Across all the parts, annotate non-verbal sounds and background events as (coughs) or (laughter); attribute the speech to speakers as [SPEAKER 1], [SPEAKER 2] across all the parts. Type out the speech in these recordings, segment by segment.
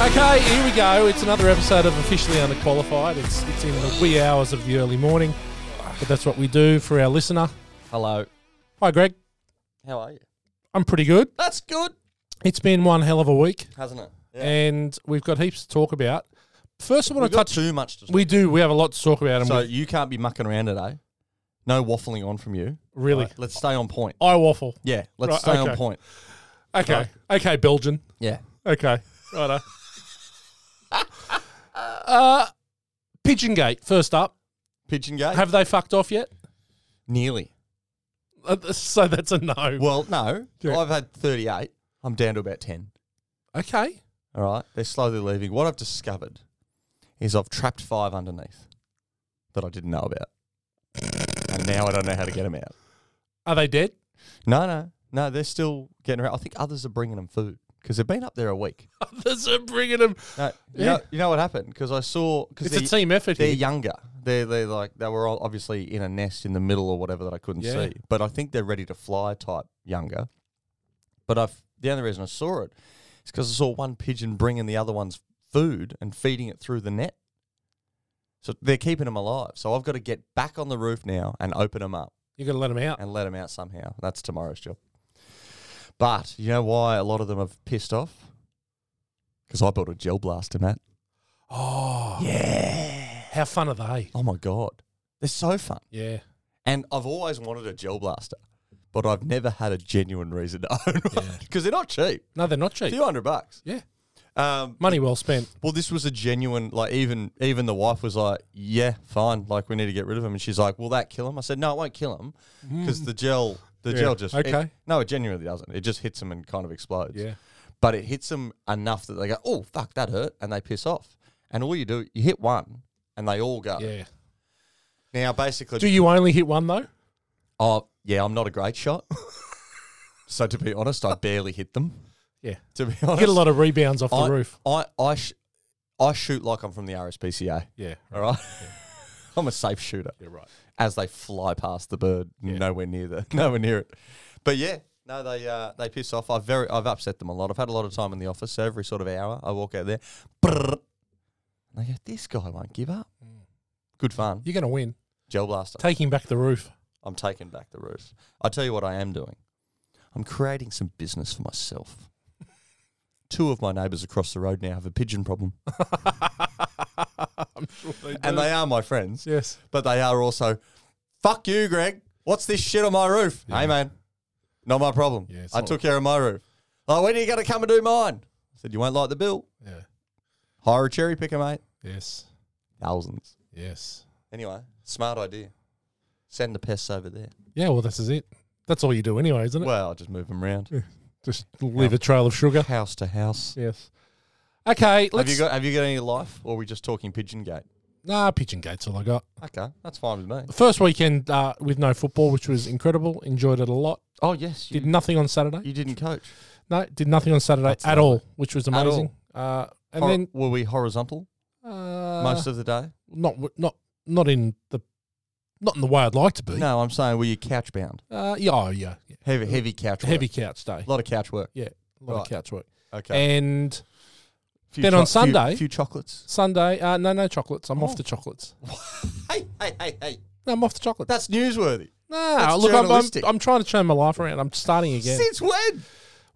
[SPEAKER 1] Okay, here we go. It's another episode of Officially Underqualified. It's it's in the wee hours of the early morning, but that's what we do for our listener.
[SPEAKER 2] Hello.
[SPEAKER 1] Hi, Greg.
[SPEAKER 2] How are you?
[SPEAKER 1] I'm pretty good.
[SPEAKER 2] That's good,
[SPEAKER 1] It's been one hell of a week,
[SPEAKER 2] hasn't it?
[SPEAKER 1] and we've got heaps to talk about. First, I
[SPEAKER 2] We've
[SPEAKER 1] want to
[SPEAKER 2] got
[SPEAKER 1] touch.
[SPEAKER 2] too much to
[SPEAKER 1] We do. We have a lot to talk about, and
[SPEAKER 2] So
[SPEAKER 1] we
[SPEAKER 2] you can't be mucking around today. No waffling on from you.
[SPEAKER 1] really,
[SPEAKER 2] Right, let's stay on point.
[SPEAKER 1] I waffle.
[SPEAKER 2] Yeah, let's
[SPEAKER 1] Right,
[SPEAKER 2] stay
[SPEAKER 1] okay.
[SPEAKER 2] on point.
[SPEAKER 1] Okay, okay, Belgian.
[SPEAKER 2] Yeah.
[SPEAKER 1] Okay, righto. (laughs) uh, Pigeon Gate. First up,
[SPEAKER 2] Pigeon gate?
[SPEAKER 1] have they fucked off yet?
[SPEAKER 2] Nearly.
[SPEAKER 1] Uh, So that's a no.
[SPEAKER 2] Well, no.
[SPEAKER 1] Yeah.
[SPEAKER 2] I've had 38. I'm down to about 10.
[SPEAKER 1] Okay.
[SPEAKER 2] All right. They're slowly leaving. What I've discovered is I've trapped five underneath that I didn't know about. and now I don't know how to get them out.
[SPEAKER 1] Are they dead?
[SPEAKER 2] No, no. No, they're still getting around. I think others are bringing them food because they've been up there a week.
[SPEAKER 1] Others are bringing them.
[SPEAKER 2] No, you,
[SPEAKER 1] Yeah.
[SPEAKER 2] know, you know what happened? Because I saw because
[SPEAKER 1] It's a
[SPEAKER 2] they're,
[SPEAKER 1] team effort
[SPEAKER 2] they're
[SPEAKER 1] here.
[SPEAKER 2] younger. They're they like they were all obviously in a nest in the middle or whatever that I couldn't
[SPEAKER 1] Yeah.
[SPEAKER 2] see. But I think they're ready to fly type younger. But I've the only reason I saw it is because I saw one pigeon bringing the other one's food and feeding it through the net. So they're keeping them alive. So I've got to get back on the roof now and open them up
[SPEAKER 1] You gotta let them out.
[SPEAKER 2] and let them out somehow. That's tomorrow's job. But you know why a lot of them have pissed off? Because I built a gel blaster, Matt.
[SPEAKER 1] Oh,
[SPEAKER 2] Yeah.
[SPEAKER 1] how fun are they?
[SPEAKER 2] Oh my god, they're so fun.
[SPEAKER 1] Yeah,
[SPEAKER 2] And I've always wanted a gel blaster, but I've never had a genuine reason to (laughs) own one
[SPEAKER 1] Yeah.
[SPEAKER 2] because they're not cheap.
[SPEAKER 1] no, they're not
[SPEAKER 2] A
[SPEAKER 1] cheap.
[SPEAKER 2] few hundred bucks.
[SPEAKER 1] Yeah,
[SPEAKER 2] Um,
[SPEAKER 1] money well spent.
[SPEAKER 2] well, this was a genuine. Like even even the wife was like, "Yeah, fine. Like we need to get rid of him." And she's like, "Will that kill him?" I said, "No, it won't kill him because the gel." The
[SPEAKER 1] Yeah,
[SPEAKER 2] gel just it-
[SPEAKER 1] okay.
[SPEAKER 2] no, it genuinely doesn't. It just hits them and kind of explodes.
[SPEAKER 1] Yeah.
[SPEAKER 2] but it hits them enough that they go, "Oh fuck, that hurt," and they piss off. And all you do, you hit one, and they all go.
[SPEAKER 1] Yeah.
[SPEAKER 2] Now, basically,
[SPEAKER 1] Do you only hit one though?
[SPEAKER 2] Oh, yeah, I'm not a great shot. (laughs) so to be honest, I barely hit them.
[SPEAKER 1] Yeah.
[SPEAKER 2] To be
[SPEAKER 1] You
[SPEAKER 2] honest,
[SPEAKER 1] get a lot of rebounds off the
[SPEAKER 2] I,
[SPEAKER 1] roof.
[SPEAKER 2] I I, sh- I shoot like I'm from the RSPCA.
[SPEAKER 1] Yeah.
[SPEAKER 2] All right. (laughs) I'm a safe shooter
[SPEAKER 1] You're right.
[SPEAKER 2] as they fly past the bird, nowhere near the (laughs) nowhere near it. But yeah, no, they uh, they piss off. I've very I've upset them a lot. I've had a lot of time in the office, so every sort of hour I walk out there. Brrr, and they go, this guy won't give up.
[SPEAKER 1] Mm.
[SPEAKER 2] Good fun.
[SPEAKER 1] You're gonna win.
[SPEAKER 2] Gel blaster.
[SPEAKER 1] Taking back the roof.
[SPEAKER 2] I'm taking back the roof. I tell you what I am doing. I'm creating some business
[SPEAKER 1] (laughs)
[SPEAKER 2] for myself. Two of my neighbours across the road now have a pigeon problem,
[SPEAKER 1] (laughs) I'm sure they do.
[SPEAKER 2] and they are my friends,
[SPEAKER 1] yes.
[SPEAKER 2] but they are also, fuck you, Greg. What's this shit on my roof? Hey, man, not my problem.
[SPEAKER 1] Yeah, it's
[SPEAKER 2] I
[SPEAKER 1] not-
[SPEAKER 2] took care of my roof. Oh, when are you going to come and do mine? I said, you won't like the bill.
[SPEAKER 1] Yeah.
[SPEAKER 2] Hire a cherry picker, mate.
[SPEAKER 1] Yes.
[SPEAKER 2] Thousands.
[SPEAKER 1] Yes.
[SPEAKER 2] Anyway, smart idea. Send the pests over there.
[SPEAKER 1] Yeah. Well, this is it. That's all you do anyway, isn't it?
[SPEAKER 2] Well, I'll just move them around.
[SPEAKER 1] Just leave a trail of sugar.
[SPEAKER 2] House to house.
[SPEAKER 1] Yes. Okay. Let's,
[SPEAKER 2] Have you got Have you got any life, or are we just talking Pigeon Gate?
[SPEAKER 1] Nah, pigeon gates all I got.
[SPEAKER 2] Okay, that's fine with me.
[SPEAKER 1] First weekend uh, with no football, which was incredible. Enjoyed it a lot.
[SPEAKER 2] Oh yes,
[SPEAKER 1] Did nothing on Saturday.
[SPEAKER 2] you didn't coach.
[SPEAKER 1] No, did nothing on Saturday
[SPEAKER 2] That's
[SPEAKER 1] at all, which was
[SPEAKER 2] all.
[SPEAKER 1] amazing. Uh, and
[SPEAKER 2] Hor-
[SPEAKER 1] then
[SPEAKER 2] were we horizontal
[SPEAKER 1] uh,
[SPEAKER 2] most of the day?
[SPEAKER 1] not w- not not in the not in the way I'd like to be.
[SPEAKER 2] No, I'm saying were you couch bound?
[SPEAKER 1] Uh, yeah, oh, yeah, yeah.
[SPEAKER 2] Heavy, heavy couch. Work.
[SPEAKER 1] heavy couch day.
[SPEAKER 2] a lot of couch work.
[SPEAKER 1] Yeah, a lot of
[SPEAKER 2] Right.
[SPEAKER 1] couch work.
[SPEAKER 2] Okay.
[SPEAKER 1] And
[SPEAKER 2] Few
[SPEAKER 1] then on
[SPEAKER 2] few-
[SPEAKER 1] Sunday- (laughs)
[SPEAKER 2] few, chocolates.
[SPEAKER 1] Sunday, uh, no, no chocolates. I'm
[SPEAKER 2] Oh.
[SPEAKER 1] off the chocolates.
[SPEAKER 2] Hey, hey, hey, hey!
[SPEAKER 1] No, I'm off the chocolates.
[SPEAKER 2] That's newsworthy.
[SPEAKER 1] nah, look, I'm, I'm
[SPEAKER 2] journalistic.
[SPEAKER 1] I'm trying to turn my life around. I'm starting again.
[SPEAKER 2] Since when?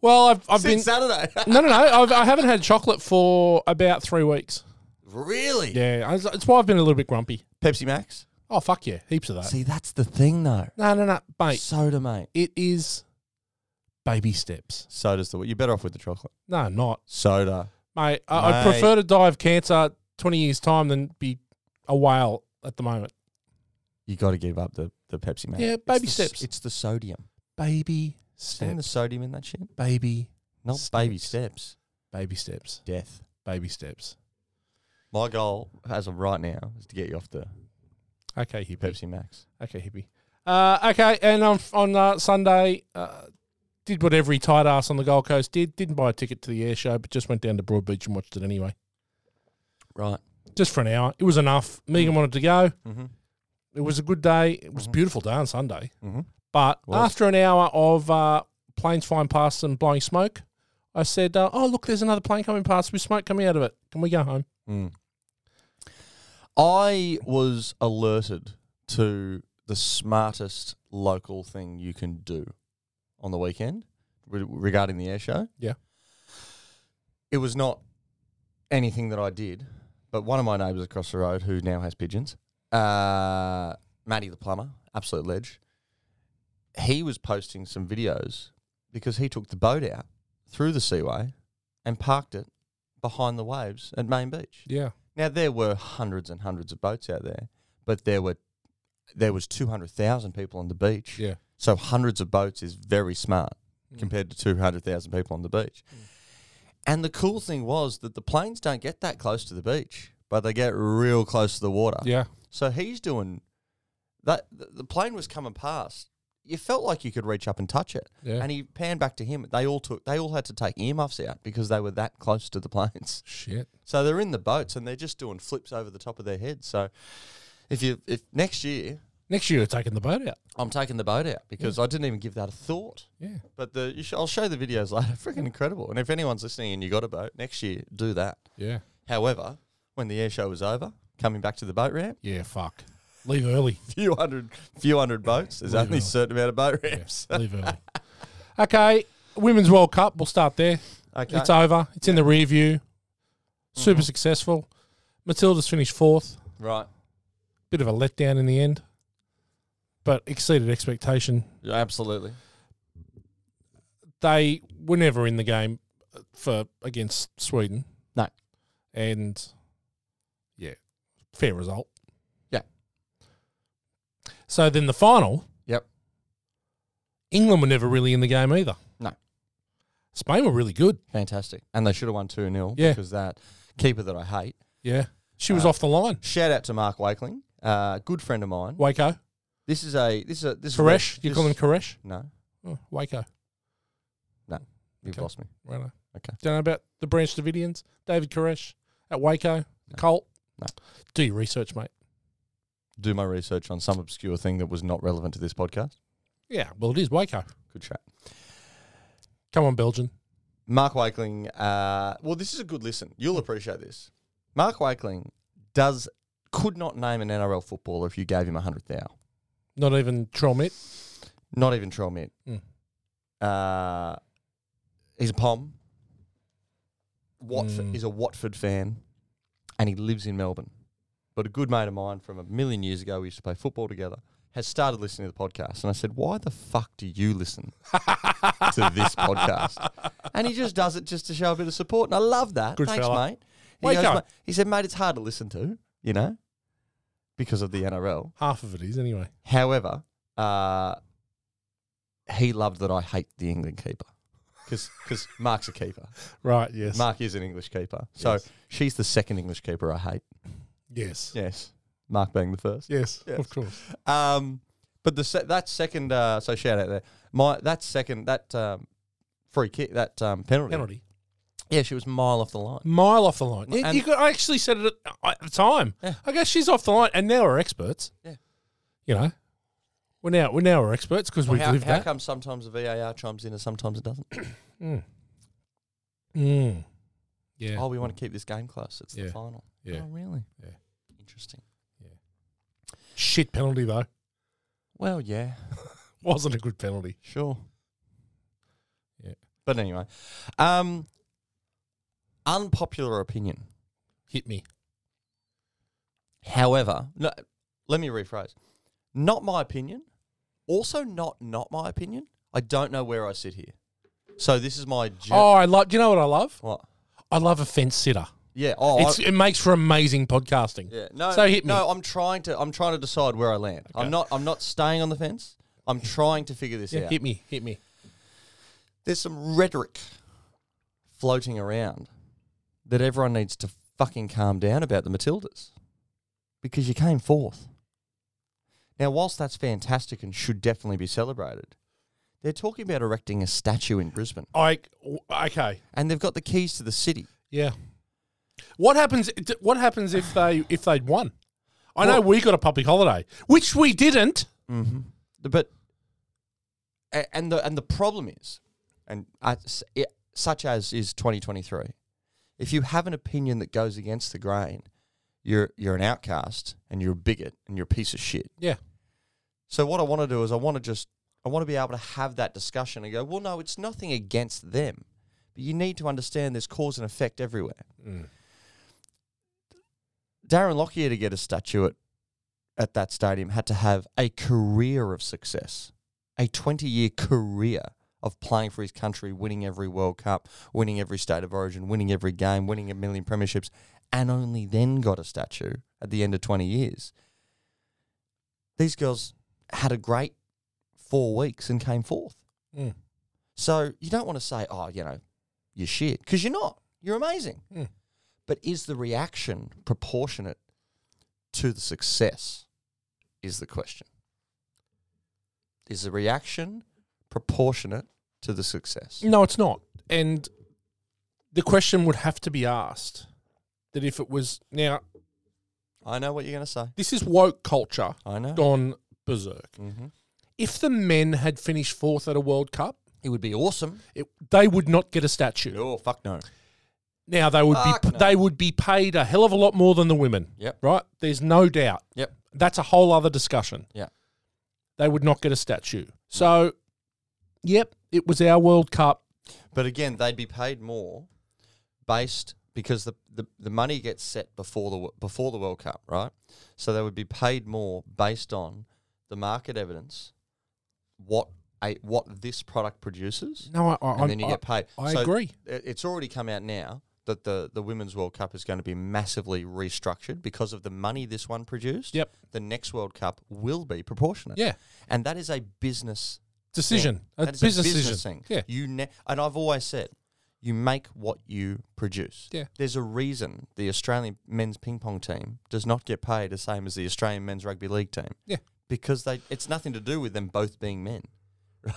[SPEAKER 1] well, I've I've been
[SPEAKER 2] Since Saturday.
[SPEAKER 1] (laughs) no, no, no. I've, I haven't had chocolate for about three weeks.
[SPEAKER 2] really?
[SPEAKER 1] Yeah, I- it's why I've been a little bit grumpy.
[SPEAKER 2] Pepsi Max.
[SPEAKER 1] Oh fuck yeah, heaps of that.
[SPEAKER 2] See, that's the thing, though.
[SPEAKER 1] No, no, no, mate.
[SPEAKER 2] Soda, mate.
[SPEAKER 1] It is baby steps.
[SPEAKER 2] Soda's the. You're better off with the chocolate.
[SPEAKER 1] No, not.
[SPEAKER 2] Soda.
[SPEAKER 1] Mate, I, I
[SPEAKER 2] Mate.
[SPEAKER 1] prefer to die of cancer 20 years' time than be a whale at the moment.
[SPEAKER 2] You got to give up the the Pepsi Max.
[SPEAKER 1] Yeah,
[SPEAKER 2] It's
[SPEAKER 1] baby
[SPEAKER 2] the s-
[SPEAKER 1] steps.
[SPEAKER 2] It's the sodium.
[SPEAKER 1] Baby
[SPEAKER 2] Isn't the
[SPEAKER 1] steps.
[SPEAKER 2] sodium in that shit?
[SPEAKER 1] Baby,
[SPEAKER 2] Not
[SPEAKER 1] Steps.
[SPEAKER 2] baby steps.
[SPEAKER 1] baby steps.
[SPEAKER 2] Death.
[SPEAKER 1] Baby steps.
[SPEAKER 2] My goal as of right now is to get you off the
[SPEAKER 1] Okay, hippie.
[SPEAKER 2] Pepsi Max.
[SPEAKER 1] Okay, hippie. Uh, okay, and on, on uh, Sunday, uh, did what every tight ass on the Gold Coast did. Didn't buy a ticket to the air show, but just went down to Broadbeach and watched it anyway.
[SPEAKER 2] Right.
[SPEAKER 1] Just for an hour. It was enough. Megan wanted to go.
[SPEAKER 2] Mm-hmm.
[SPEAKER 1] It was a good day. It was a beautiful day on Sunday.
[SPEAKER 2] Mm-hmm.
[SPEAKER 1] But
[SPEAKER 2] Was.
[SPEAKER 1] after an hour of uh, planes flying past and blowing smoke, I said, uh, "Oh, look, there's another plane coming past with smoke coming out of it. Can we go home?"
[SPEAKER 2] Mm. I was alerted to the smartest local thing you can do on the weekend re- regarding the air show.
[SPEAKER 1] Yeah.
[SPEAKER 2] It was not anything that I did, but one of my neighbours across the road who now has pigeons, uh, Matty the plumber, absolute ledge, he was posting some videos because he took the boat out through the seaway and parked it behind the waves at Main Beach.
[SPEAKER 1] Yeah,
[SPEAKER 2] Now there were hundreds and hundreds of boats out there, but there were there was two hundred thousand people on the beach.
[SPEAKER 1] yeah.
[SPEAKER 2] So hundreds of boats is very smart
[SPEAKER 1] Mm.
[SPEAKER 2] compared to two hundred thousand people on the beach. And the cool thing was that the planes don't get that close to the beach, but they get real close to the water.
[SPEAKER 1] Yeah,
[SPEAKER 2] So he's doing that. th- The plane was coming past. You felt like you could reach up and touch it,
[SPEAKER 1] yeah.
[SPEAKER 2] and he panned back to him. They all took. They all had to take earmuffs out because they were that close to the planes.
[SPEAKER 1] Shit.
[SPEAKER 2] So they're in the boats and they're just doing flips over the top of their heads. So if you if next year
[SPEAKER 1] Next year, you're taking the boat out.
[SPEAKER 2] I'm taking the boat out because
[SPEAKER 1] Mm.
[SPEAKER 2] I didn't even give that a thought.
[SPEAKER 1] Yeah.
[SPEAKER 2] But the you sh- I'll show the videos (laughs) later. Freaking incredible. And if anyone's listening and you got a boat next year, do that.
[SPEAKER 1] Yeah.
[SPEAKER 2] However, when the air show was over, coming back to the boat ramp, (laughs)
[SPEAKER 1] Yeah. Fuck. Leave early.
[SPEAKER 2] few hundred few hundred boats. There's
[SPEAKER 1] Leave
[SPEAKER 2] only a
[SPEAKER 1] early.
[SPEAKER 2] certain amount of boat
[SPEAKER 1] Yeah,
[SPEAKER 2] ramps.
[SPEAKER 1] (laughs) leave early. Okay. Women's World Cup. We'll start there.
[SPEAKER 2] Okay. Mm-hmm.
[SPEAKER 1] It's over. It's in the rear view. Super successful. Matilda's finished fourth.
[SPEAKER 2] right.
[SPEAKER 1] Bit of a letdown in the end, but exceeded expectation.
[SPEAKER 2] Yeah, absolutely.
[SPEAKER 1] They were never in the game for against Sweden.
[SPEAKER 2] No.
[SPEAKER 1] And yeah, fair result.
[SPEAKER 2] Yeah.
[SPEAKER 1] So then the final.
[SPEAKER 2] Yep.
[SPEAKER 1] England were never really in the game either.
[SPEAKER 2] No.
[SPEAKER 1] Spain were really good.
[SPEAKER 2] Fantastic. And they should have won 2 0
[SPEAKER 1] Yeah.
[SPEAKER 2] because that keeper that I hate.
[SPEAKER 1] Yeah. She was
[SPEAKER 2] Uh,
[SPEAKER 1] off the line.
[SPEAKER 2] Shout out to Mark Wakeling, uh, good friend of mine.
[SPEAKER 1] Waco.
[SPEAKER 2] This is a this is a this
[SPEAKER 1] Koresh.
[SPEAKER 2] Is
[SPEAKER 1] Do you call him Koresh?
[SPEAKER 2] No,
[SPEAKER 1] Oh, Waco.
[SPEAKER 2] you've
[SPEAKER 1] Okay.
[SPEAKER 2] lost me.
[SPEAKER 1] Right.
[SPEAKER 2] Okay.
[SPEAKER 1] Don't know about the Branch Davidians. David Koresh at Waco. Colt.
[SPEAKER 2] No.
[SPEAKER 1] Do your research, mate.
[SPEAKER 2] Do my research on some obscure thing that was not relevant to this podcast.
[SPEAKER 1] Yeah. Well, it is Waco.
[SPEAKER 2] Good chat.
[SPEAKER 1] Come on, Belgian.
[SPEAKER 2] Mark Wakeling. Uh, well, this is a good listen. You'll appreciate this. Mark Wakeling does could not name an NRL footballer if you gave him a hundred thou.
[SPEAKER 1] Not even Tromit.
[SPEAKER 2] Not even Trell Mint.
[SPEAKER 1] Mm.
[SPEAKER 2] Uh, he's a pom. Watford.
[SPEAKER 1] Mm.
[SPEAKER 2] He's a Watford fan, and he lives in Melbourne. But a good mate of mine from a million years ago, we used to play football together, has started listening to the podcast, and I said, "Why the fuck do you
[SPEAKER 1] (laughs)
[SPEAKER 2] listen to this podcast?" And he just does it just to show a bit of support, and I love that.
[SPEAKER 1] Good
[SPEAKER 2] Thanks,
[SPEAKER 1] fella.
[SPEAKER 2] mate. He,
[SPEAKER 1] Wake up.
[SPEAKER 2] "Mate," he said, "Mate, it's hard to listen to, you know, because of the NRL."
[SPEAKER 1] Half of it is, anyway.
[SPEAKER 2] However, uh, he loved that I hate the England keeper because Mark's a keeper.
[SPEAKER 1] Right. (laughs) Yes.
[SPEAKER 2] Mark is an English keeper. So
[SPEAKER 1] Yes.
[SPEAKER 2] she's the second English keeper I hate.
[SPEAKER 1] yes.
[SPEAKER 2] Yes. Mark being the first.
[SPEAKER 1] Yes,
[SPEAKER 2] Yes.
[SPEAKER 1] Of course.
[SPEAKER 2] Um, but the se- that second, uh, so shout out there. My That second, that um, free kick, that um, penalty.
[SPEAKER 1] Penalty.
[SPEAKER 2] Yeah, she was a mile off the line.
[SPEAKER 1] Mile off the line. You-
[SPEAKER 2] And-
[SPEAKER 1] you could, I actually said it at, uh, at the time.
[SPEAKER 2] Yeah.
[SPEAKER 1] I guess she's off the line, and now we're experts.
[SPEAKER 2] Yeah.
[SPEAKER 1] You know, we're now we're now we're experts because
[SPEAKER 2] Well,
[SPEAKER 1] we've
[SPEAKER 2] how
[SPEAKER 1] lived
[SPEAKER 2] how
[SPEAKER 1] that.
[SPEAKER 2] come sometimes the VAR chimes in and sometimes it doesn't?
[SPEAKER 1] Mm. Mm. Yeah.
[SPEAKER 2] Oh, we want to keep this game close. It's
[SPEAKER 1] Yeah.
[SPEAKER 2] the final.
[SPEAKER 1] Yeah.
[SPEAKER 2] Oh, really?
[SPEAKER 1] Yeah.
[SPEAKER 2] Interesting.
[SPEAKER 1] Shit penalty though. (laughs)
[SPEAKER 2] Well, yeah.
[SPEAKER 1] Wasn't a good penalty.
[SPEAKER 2] Sure.
[SPEAKER 1] Yeah.
[SPEAKER 2] But anyway, um, unpopular opinion.
[SPEAKER 1] Hit me.
[SPEAKER 2] However, no, let me rephrase. Not my opinion. Also, not not my opinion. I don't know where I sit here. So this is my. Ge-
[SPEAKER 1] Oh, I love. Do you know what I love?
[SPEAKER 2] What?
[SPEAKER 1] I love a fence sitter.
[SPEAKER 2] Yeah. Oh. I-
[SPEAKER 1] It's, it makes for amazing podcasting.
[SPEAKER 2] yeah. No.
[SPEAKER 1] So hit me.
[SPEAKER 2] No, I'm trying to. I'm trying to decide where I land.
[SPEAKER 1] Okay.
[SPEAKER 2] I'm not. I'm not staying on the fence. I'm trying to figure this
[SPEAKER 1] Yeah,
[SPEAKER 2] out.
[SPEAKER 1] Hit me. Hit me.
[SPEAKER 2] there's some rhetoric floating around that everyone needs to fucking calm down about the Matildas because you came fourth. Now, whilst that's fantastic and should definitely be celebrated, they're talking about erecting a statue in Brisbane
[SPEAKER 1] I okay.
[SPEAKER 2] and they've got the keys to the city.
[SPEAKER 1] Yeah. What happens? What happens if they if they'd won? I know
[SPEAKER 2] Well-
[SPEAKER 1] we got a public holiday, which we didn't.
[SPEAKER 2] Mm-hmm. But a- and the and the problem is, and I, s- it- such as is 2023. If you have an opinion that goes against the grain, you're you're an outcast and you're a bigot and you're a piece of shit.
[SPEAKER 1] Yeah.
[SPEAKER 2] So what I want to do is I want to just I want to be able to have that discussion and go, well, no, it's nothing against them, but you need to understand there's cause and effect everywhere.
[SPEAKER 1] Mm.
[SPEAKER 2] Darren Lockyer to get a statue at, at that stadium had to have a career of success, a 20 year career of playing for his country, winning every World Cup, winning every state of origin, winning every game, winning a million premierships, and only then got a statue at the end of 20 years. These girls had a great four weeks and came fourth.
[SPEAKER 1] Mm.
[SPEAKER 2] So you don't want to say, oh, you know, you're shit, because you're not. You're amazing.
[SPEAKER 1] Mm.
[SPEAKER 2] But is the reaction proportionate to the success? Is the question. Is the reaction proportionate to the success?
[SPEAKER 1] No, it's not. And the question would have to be asked that if it was now,
[SPEAKER 2] I know what you're going to say.
[SPEAKER 1] this is woke culture
[SPEAKER 2] I know.
[SPEAKER 1] gone berserk.
[SPEAKER 2] Mm-hmm.
[SPEAKER 1] If the men had finished fourth at a World Cup,
[SPEAKER 2] It would be awesome.
[SPEAKER 1] it, they would not get a statue.
[SPEAKER 2] No, Oh, fuck no.
[SPEAKER 1] Now they would
[SPEAKER 2] Fuck
[SPEAKER 1] be
[SPEAKER 2] no.
[SPEAKER 1] they would be paid a hell of a lot more than the women.
[SPEAKER 2] Yep.
[SPEAKER 1] Right? There's no doubt.
[SPEAKER 2] Yep.
[SPEAKER 1] That's a whole other discussion.
[SPEAKER 2] Yeah.
[SPEAKER 1] They would not get a statue. So yep, it was our World Cup.
[SPEAKER 2] But again, they'd be paid more based because the, the, the money gets set before the wo- before the World Cup, right? So they would be paid more based on the market evidence, what a, what this product produces,
[SPEAKER 1] No, I I,
[SPEAKER 2] and
[SPEAKER 1] I,
[SPEAKER 2] then you get paid.
[SPEAKER 1] I
[SPEAKER 2] So
[SPEAKER 1] agree.
[SPEAKER 2] it- It's already come out now that the, the Women's World Cup is going to be massively restructured because of the money this one produced.
[SPEAKER 1] Yep.
[SPEAKER 2] The next World Cup will be proportionate.
[SPEAKER 1] Yeah.
[SPEAKER 2] And that is a business
[SPEAKER 1] Decision.
[SPEAKER 2] thing.
[SPEAKER 1] A
[SPEAKER 2] That is
[SPEAKER 1] business, decision.
[SPEAKER 2] thing.
[SPEAKER 1] Yeah.
[SPEAKER 2] You ne- and I've always said, you make what you produce.
[SPEAKER 1] Yeah.
[SPEAKER 2] There's a reason the Australian men's ping pong team does not get paid the same as the Australian men's rugby league team.
[SPEAKER 1] Yeah.
[SPEAKER 2] Because they it's nothing to do with them both being men. (laughs)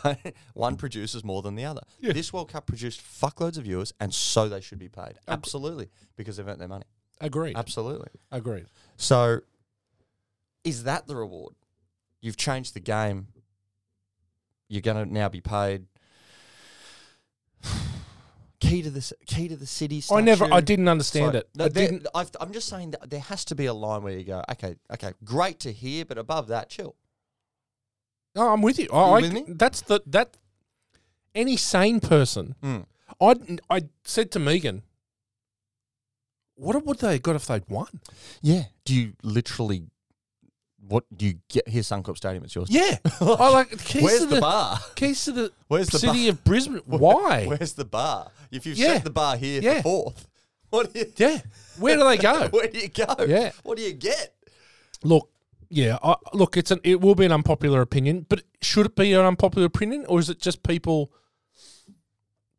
[SPEAKER 2] Right? One produces more than the other.
[SPEAKER 1] Yeah.
[SPEAKER 2] This World Cup produced fuckloads of viewers and so they should be paid. Absolutely. Because they've earned their money.
[SPEAKER 1] Agreed.
[SPEAKER 2] Absolutely.
[SPEAKER 1] Agreed.
[SPEAKER 2] So, is that the reward? You've changed the game. You're going to now be paid. (sighs) key to the c- key to the city.
[SPEAKER 1] I never I
[SPEAKER 2] statue.
[SPEAKER 1] didn't understand
[SPEAKER 2] Sorry.
[SPEAKER 1] it.
[SPEAKER 2] No,
[SPEAKER 1] I
[SPEAKER 2] there-
[SPEAKER 1] didn't
[SPEAKER 2] I've, I'm just saying that there has to be a line where you go, okay, okay, great to hear, but above that, chill.
[SPEAKER 1] No, I'm with you. I,
[SPEAKER 2] You with
[SPEAKER 1] I-
[SPEAKER 2] me?
[SPEAKER 1] That's the that any sane person.
[SPEAKER 2] Mm.
[SPEAKER 1] I I said to Megan, what would they got if they'd
[SPEAKER 2] (laughs)
[SPEAKER 1] won?
[SPEAKER 2] Yeah. Do you literally? What do you get? Here's Suncorp Stadium. It's yours.
[SPEAKER 1] Yeah, I like the keys
[SPEAKER 2] Where's
[SPEAKER 1] to
[SPEAKER 2] the,
[SPEAKER 1] the,
[SPEAKER 2] bar?
[SPEAKER 1] keys to the
[SPEAKER 2] Where's the
[SPEAKER 1] city
[SPEAKER 2] bar?
[SPEAKER 1] of Brisbane. Why?
[SPEAKER 2] (laughs) Where's the bar? If you've
[SPEAKER 1] Yeah.
[SPEAKER 2] set the bar here
[SPEAKER 1] Yeah.
[SPEAKER 2] for fourth, (laughs) what do you?
[SPEAKER 1] yeah, where do they go?
[SPEAKER 2] (laughs) Where do you go?
[SPEAKER 1] Yeah.
[SPEAKER 2] What do you get?
[SPEAKER 1] look, yeah, I, look, it's an it will be an unpopular opinion, but should it be an unpopular opinion, or is it just people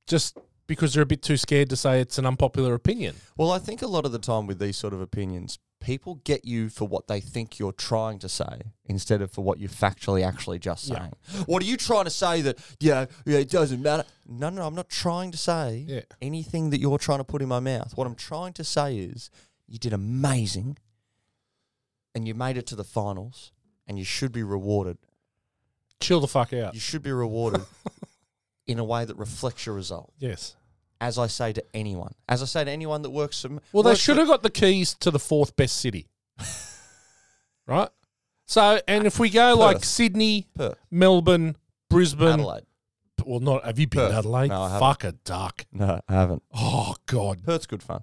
[SPEAKER 1] just because they're a bit too scared to say it's an unpopular opinion?
[SPEAKER 2] Well, I think a lot of the time with these sort of opinions, people get you for what they think you're trying to say instead of for what you're factually actually just
[SPEAKER 1] Yeah.
[SPEAKER 2] saying. What are you trying to say that, yeah, yeah, it doesn't matter? No, no, I'm not trying to say
[SPEAKER 1] Yeah.
[SPEAKER 2] anything that you're trying to put in my mouth. What I'm trying to say is you did amazing and you made it to the finals and you should be rewarded.
[SPEAKER 1] Chill the fuck out.
[SPEAKER 2] You should be
[SPEAKER 1] (laughs)
[SPEAKER 2] rewarded in a way that reflects your result.
[SPEAKER 1] Yes.
[SPEAKER 2] as I say to anyone, as I say to anyone that works. Some,
[SPEAKER 1] Well, they
[SPEAKER 2] works
[SPEAKER 1] should have got the keys to the fourth best (laughs) city, right? So, and if we go like
[SPEAKER 2] Perth.
[SPEAKER 1] Sydney,
[SPEAKER 2] for Perth,
[SPEAKER 1] Melbourne, Brisbane,
[SPEAKER 2] Adelaide.
[SPEAKER 1] well, not have you been
[SPEAKER 2] Perth.
[SPEAKER 1] to Adelaide?
[SPEAKER 2] No, I haven't.
[SPEAKER 1] Fuck a duck.
[SPEAKER 2] No, I haven't.
[SPEAKER 1] Oh God,
[SPEAKER 2] Perth's good fun.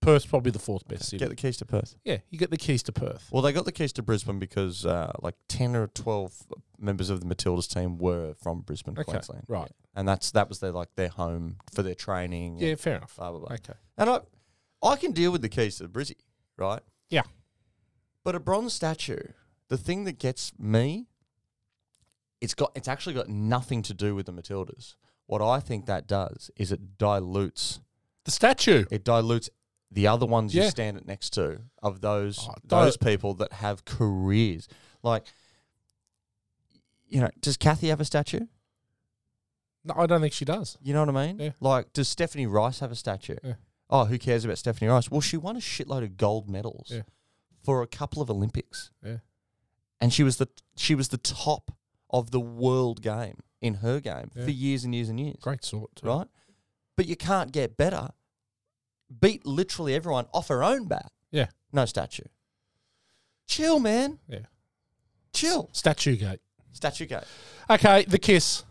[SPEAKER 1] Perth's probably the fourth best city.
[SPEAKER 2] Get the keys to Perth.
[SPEAKER 1] yeah, you get the keys to Perth.
[SPEAKER 2] Well, they got the keys to Brisbane because uh, like ten or twelve members of the Matildas team were from Brisbane,
[SPEAKER 1] Okay,
[SPEAKER 2] Queensland,
[SPEAKER 1] right.
[SPEAKER 2] and that's that was their like their home for their training.
[SPEAKER 1] Yeah,
[SPEAKER 2] and
[SPEAKER 1] fair enough.
[SPEAKER 2] blah blah blah.
[SPEAKER 1] Okay.
[SPEAKER 2] And I, I can deal with the keys to the Brizzy, right?
[SPEAKER 1] Yeah.
[SPEAKER 2] But a bronze statue, the thing that gets me, it's got it's actually got nothing to do with the Matildas. What I think that does is it dilutes
[SPEAKER 1] The statue.
[SPEAKER 2] it dilutes the other ones
[SPEAKER 1] Yeah.
[SPEAKER 2] you stand it next to of those
[SPEAKER 1] Oh, don't-
[SPEAKER 2] those people that have careers. Like you know, does Kathy have a statue?
[SPEAKER 1] No, I don't think she does.
[SPEAKER 2] You know what I mean?
[SPEAKER 1] Yeah.
[SPEAKER 2] Like, does Stephanie Rice have a statue?
[SPEAKER 1] Yeah.
[SPEAKER 2] Oh, who cares about Stephanie Rice? Well, she won a shitload of gold medals
[SPEAKER 1] Yeah.
[SPEAKER 2] for a couple of Olympics,
[SPEAKER 1] Yeah.
[SPEAKER 2] and she was the she was the top of the world game in her game
[SPEAKER 1] Yeah.
[SPEAKER 2] for years and years and years.
[SPEAKER 1] Great sort. too.
[SPEAKER 2] Right? But you can't get better. Beat literally everyone off her own bat.
[SPEAKER 1] Yeah.
[SPEAKER 2] No statue. Chill, man.
[SPEAKER 1] Yeah.
[SPEAKER 2] Chill.
[SPEAKER 1] Statue gate.
[SPEAKER 2] Statue gate.
[SPEAKER 1] Okay, the kiss.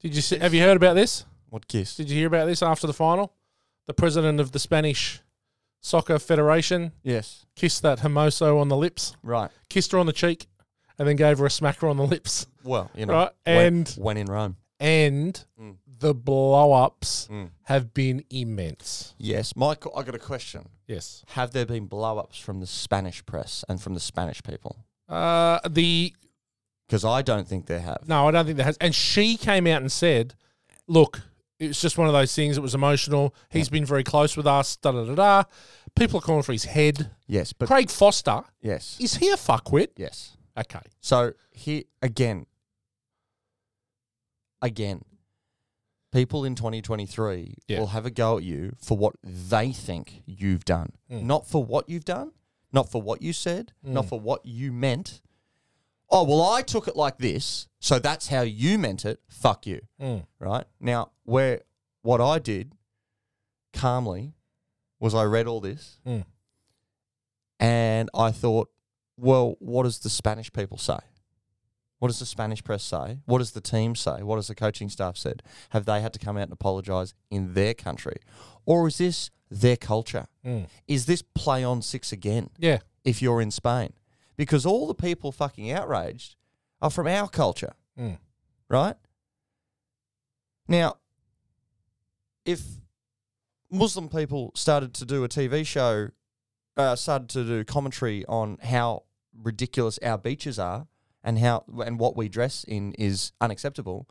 [SPEAKER 1] Did you see, have you heard about this?
[SPEAKER 2] What kiss?
[SPEAKER 1] Did you hear about this after the final? The president of the Spanish Soccer Federation
[SPEAKER 2] Yes.
[SPEAKER 1] kissed that Hermoso on the lips,
[SPEAKER 2] Right.
[SPEAKER 1] kissed her on the cheek, and then gave her a smacker on the lips.
[SPEAKER 2] Well, you know.
[SPEAKER 1] Right,
[SPEAKER 2] when-
[SPEAKER 1] and-
[SPEAKER 2] when in Rome.
[SPEAKER 1] And
[SPEAKER 2] Mm.
[SPEAKER 1] the blow ups
[SPEAKER 2] Mm.
[SPEAKER 1] have been immense.
[SPEAKER 2] Yes, Michael. I got a question.
[SPEAKER 1] Yes.
[SPEAKER 2] Have there been blow ups from the Spanish press and from the Spanish people?
[SPEAKER 1] Uh, the
[SPEAKER 2] Because I don't think there have.
[SPEAKER 1] No, I don't think that has. And she came out and said, "Look, it was just one of those things. It was emotional. He's been very close with us. Da da da da. People are calling for his head.
[SPEAKER 2] Yes, but
[SPEAKER 1] Craig Foster
[SPEAKER 2] yes,
[SPEAKER 1] is he a fuckwit?
[SPEAKER 2] yes.
[SPEAKER 1] Okay,
[SPEAKER 2] So here again, again, people in 2023
[SPEAKER 1] Yeah.
[SPEAKER 2] will have a go at you for what they think you've done,
[SPEAKER 1] Mm.
[SPEAKER 2] not for what you've done, not for what you said, not for what you meant. Oh well, I took it like this, so that's how you meant it. Fuck you,
[SPEAKER 1] Mm.
[SPEAKER 2] right? Now, where what I did calmly was I read all this,
[SPEAKER 1] Mm.
[SPEAKER 2] and I thought, well, what does the Spanish people say? What does the Spanish press say? What does the team say? What has the coaching staff said? Have they had to come out and apologise in their country? Or is this their culture?
[SPEAKER 1] Mm.
[SPEAKER 2] Is this play on six again
[SPEAKER 1] yeah,
[SPEAKER 2] if you're in Spain? Because all the people fucking outraged are from our culture,
[SPEAKER 1] Mm.
[SPEAKER 2] right? Now, if Muslim people started to do a TV show, uh, started to do commentary on how ridiculous our beaches are and how and what we dress in is unacceptable,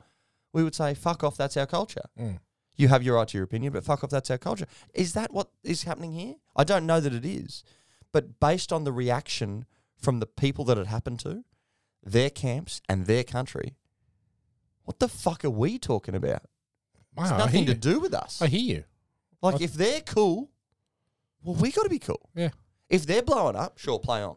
[SPEAKER 2] we would say, "Fuck off, that's our culture."
[SPEAKER 1] Mm.
[SPEAKER 2] You have your right to your opinion, but fuck off, that's our culture. Is that what is happening here? I don't know that it is, but based on the reaction from the people that it happened to, their camps and their country, what the fuck are we talking about?
[SPEAKER 1] Wow,
[SPEAKER 2] It's
[SPEAKER 1] I
[SPEAKER 2] nothing
[SPEAKER 1] hear
[SPEAKER 2] to
[SPEAKER 1] you.
[SPEAKER 2] do with us.
[SPEAKER 1] I hear you.
[SPEAKER 2] Like
[SPEAKER 1] I-
[SPEAKER 2] if they're cool, well, we got to be cool.
[SPEAKER 1] Yeah,
[SPEAKER 2] If they're blowing up, sure, play on.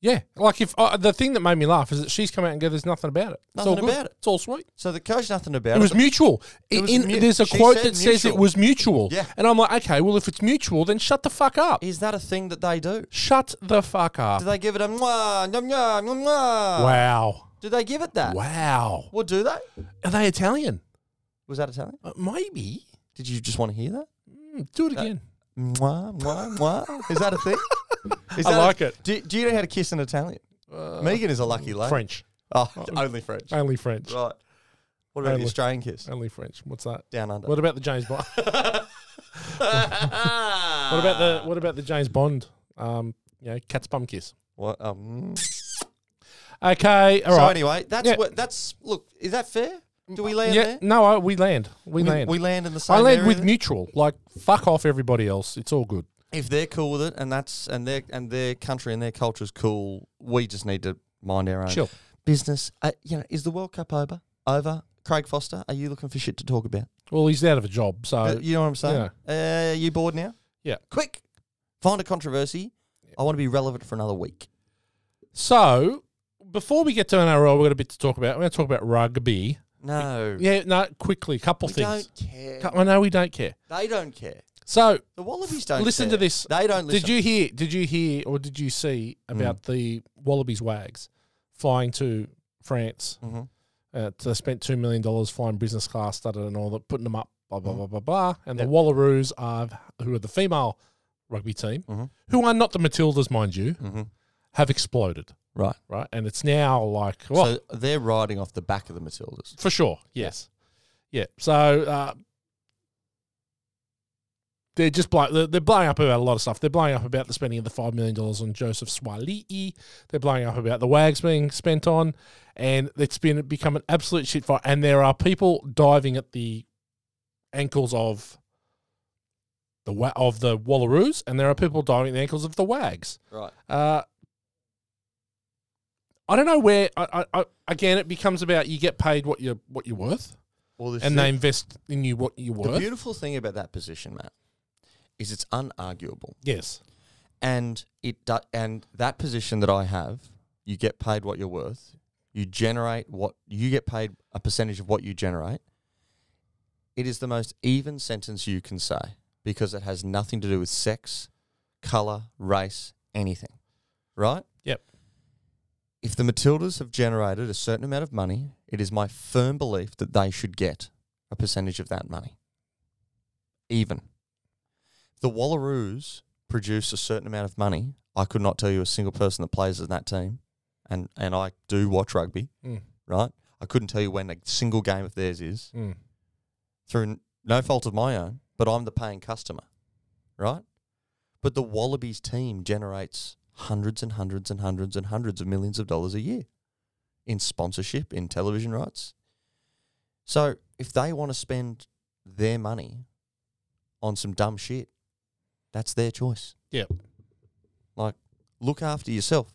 [SPEAKER 1] yeah. Like if uh, the thing that made me laugh is that she's come out and go, "There's nothing about it. it's
[SPEAKER 2] Nothing
[SPEAKER 1] all good.
[SPEAKER 2] about it."
[SPEAKER 1] It's all sweet."
[SPEAKER 2] So the coach nothing about
[SPEAKER 1] It was
[SPEAKER 2] but-
[SPEAKER 1] mutual.
[SPEAKER 2] It was
[SPEAKER 1] In-
[SPEAKER 2] mu-
[SPEAKER 1] there's a
[SPEAKER 2] she
[SPEAKER 1] quote
[SPEAKER 2] said
[SPEAKER 1] that says it
[SPEAKER 2] mutual.
[SPEAKER 1] was mutual.
[SPEAKER 2] Yeah.
[SPEAKER 1] And I'm like, okay, well, if it's mutual, then shut the fuck up.
[SPEAKER 2] Is that a thing that they do?
[SPEAKER 1] Shut the fuck up.
[SPEAKER 2] Do they give it a mwah, nom, nom, nom, mwah?
[SPEAKER 1] Wow.
[SPEAKER 2] Do they give it that?
[SPEAKER 1] Wow.
[SPEAKER 2] Well, do they?
[SPEAKER 1] Are they Italian?
[SPEAKER 2] Was that Italian?
[SPEAKER 1] Uh, maybe.
[SPEAKER 2] Did you just want to hear that?
[SPEAKER 1] Mm, Do it
[SPEAKER 2] Uh,
[SPEAKER 1] again.
[SPEAKER 2] Mwah, mwah, mwah. Is that
[SPEAKER 1] (laughs)
[SPEAKER 2] a thing? Is
[SPEAKER 1] I
[SPEAKER 2] a-
[SPEAKER 1] like it. Uh,
[SPEAKER 2] Do, do you know how to kiss an Italian? uh, Megan is a lucky lady.
[SPEAKER 1] French. Uh,
[SPEAKER 2] Oh, (laughs) only French.
[SPEAKER 1] Only French.
[SPEAKER 2] Right. What about
[SPEAKER 1] Only-
[SPEAKER 2] the Australian kiss?
[SPEAKER 1] Only French. What's
[SPEAKER 2] (laughs)
[SPEAKER 1] that?
[SPEAKER 2] Down under.
[SPEAKER 1] uh, What about the James
[SPEAKER 2] (laughs)
[SPEAKER 1] Bond? what
[SPEAKER 2] what
[SPEAKER 1] about the what about the James Bond? Um, you know, cat's bum kiss.
[SPEAKER 2] What, um,
[SPEAKER 1] Okay, all
[SPEAKER 2] so
[SPEAKER 1] right.
[SPEAKER 2] anyway, that's
[SPEAKER 1] Yeah. Mm,
[SPEAKER 2] what. That's look. Is that fair? Do we land
[SPEAKER 1] yeah,
[SPEAKER 2] there?
[SPEAKER 1] no, I, we land. We, land.
[SPEAKER 2] We land in the same.
[SPEAKER 1] I land
[SPEAKER 2] area
[SPEAKER 1] with
[SPEAKER 2] then?
[SPEAKER 1] mutual. Like fuck off everybody else. It's all good.
[SPEAKER 2] If they're cool with it, and that's and their and their country and their culture's cool, we just need to mind our own
[SPEAKER 1] Chill.
[SPEAKER 2] business. Uh, you know, is the World Cup over? Over. Craig Foster, are you looking for shit to talk about?
[SPEAKER 1] Well, he's out of a job, so
[SPEAKER 2] Uh, you know what I'm saying? Uh, you bored now?
[SPEAKER 1] Oh, Yeah.
[SPEAKER 2] Quick, find a controversy. I want to be relevant for another week.
[SPEAKER 1] so before we get to NRL, we've got a bit to talk about. We're going to talk about rugby.
[SPEAKER 2] No,
[SPEAKER 1] Yeah, no, quickly, couple
[SPEAKER 2] we
[SPEAKER 1] things.
[SPEAKER 2] don't care.
[SPEAKER 1] I know we don't care.
[SPEAKER 2] They don't care.
[SPEAKER 1] So
[SPEAKER 2] The Wallabies don't
[SPEAKER 1] Listen
[SPEAKER 2] care.
[SPEAKER 1] to this.
[SPEAKER 2] They don't listen.
[SPEAKER 1] Did you hear? Did you hear or did you see about the Wallabies wags flying to France?
[SPEAKER 2] Mhm.
[SPEAKER 1] Uh, they spent two million dollars flying business class, da da da, and all that, putting them up, blah blah blah blah blah. And the Wallaroos are who are the female rugby team,
[SPEAKER 2] Mhm.
[SPEAKER 1] who are not the Matildas, mind you,
[SPEAKER 2] Mhm.
[SPEAKER 1] have exploded,
[SPEAKER 2] Right.
[SPEAKER 1] right? And it's now like, oh, well,
[SPEAKER 2] So they're riding off the back of the Matildas.
[SPEAKER 1] for sure, yes, yeah. So. Uh, they're just blow, they're they're blowing up about a lot of stuff. They're blowing up about the spending of the five million dollars on Joseph Swali'i. They're blowing up about the wags being spent on, and it's been become an absolute shit fight. And there are people diving at the ankles of the wa- of the Wallaroos, and there are people diving at the ankles of the wags.
[SPEAKER 2] Right.
[SPEAKER 1] Uh, I don't know where. I, I, I again, it becomes about you get paid what you're what you're worth,
[SPEAKER 2] Well, this
[SPEAKER 1] and
[SPEAKER 2] is-
[SPEAKER 1] they invest in you what you're
[SPEAKER 2] the
[SPEAKER 1] worth.
[SPEAKER 2] beautiful thing about that position, Matt, is it's unarguable,
[SPEAKER 1] yes.
[SPEAKER 2] and it do, and that position that I have, you get paid what you're worth. You generate what you get paid a percentage of what you generate. It is the most even sentence you can say because it has nothing to do with sex, color, race, anything. Right?
[SPEAKER 1] Yep.
[SPEAKER 2] If the Matildas have generated a certain amount of money, it is my firm belief that they should get a percentage of that money. Even. The Wallaroos produce a certain amount of money. I could not tell you a single person that plays in that team, and, and I do watch rugby,
[SPEAKER 1] Mm,
[SPEAKER 2] right? I couldn't tell you when a single game of theirs is
[SPEAKER 1] mm.
[SPEAKER 2] through n- no fault of my own, but I'm the paying customer, right? But the Wallabies team generates hundreds and hundreds and hundreds and hundreds of millions of dollars a year in sponsorship, in television rights. So if they want to spend their money on some dumb shit, that's their choice.
[SPEAKER 1] Yep.
[SPEAKER 2] Like, look after yourself.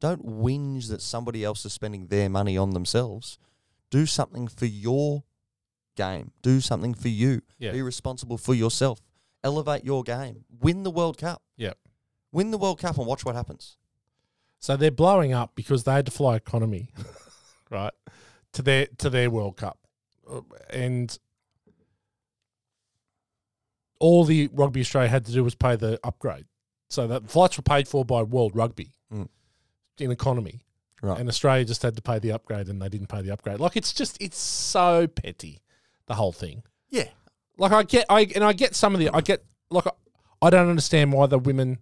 [SPEAKER 2] Don't whinge that somebody else is spending their money on themselves. Do something for your game. Do something for you.
[SPEAKER 1] Yeah.
[SPEAKER 2] Be responsible for yourself. Elevate your game. Win the World Cup.
[SPEAKER 1] Yep.
[SPEAKER 2] Win the World Cup and watch what happens.
[SPEAKER 1] So they're blowing up because they had to fly economy, (laughs) right, to their to their World Cup, Uh, and all the Rugby Australia had to do was pay the upgrade. So that flights were paid for by World Rugby
[SPEAKER 2] Mm.
[SPEAKER 1] in economy,
[SPEAKER 2] Right.
[SPEAKER 1] and Australia just had to pay the upgrade, and they didn't pay the upgrade. Like it's just it's so petty, the whole thing.
[SPEAKER 2] yeah.
[SPEAKER 1] Like I get, I and I get some of the, I get like I, I don't understand why the women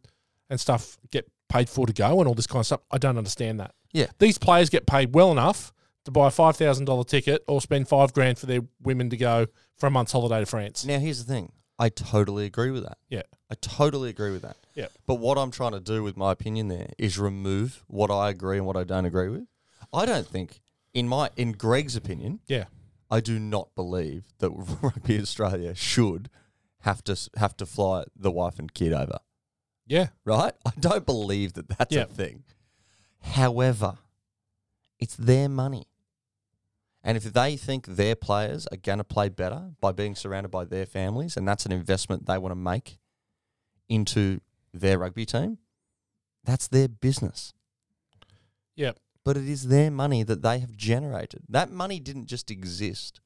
[SPEAKER 1] and stuff get paid for to go and all this kind of stuff. I don't understand that.
[SPEAKER 2] Yeah.
[SPEAKER 1] these players get paid well enough to buy a five thousand dollar ticket or spend five grand for their women to go for a month's holiday to France.
[SPEAKER 2] Now here's the thing. I totally agree with that.
[SPEAKER 1] Yeah,
[SPEAKER 2] I totally agree with that.
[SPEAKER 1] Yeah.
[SPEAKER 2] But what I'm trying to do with my opinion there is remove what I agree and what I don't agree with. I don't think in my in Greg's opinion,
[SPEAKER 1] yeah,
[SPEAKER 2] I do not believe that (laughs) Rugby Australia should have to s- have to fly the wife and kid over.
[SPEAKER 1] yeah,
[SPEAKER 2] right? (laughs) I don't believe that that's
[SPEAKER 1] Yeah.
[SPEAKER 2] a thing. However, it's their money. And if they think their players are going to play better by being surrounded by their families, and that's an investment they want to make into their rugby team, that's their business.
[SPEAKER 1] yeah.
[SPEAKER 2] But it is their money that they have generated. That money didn't just exist.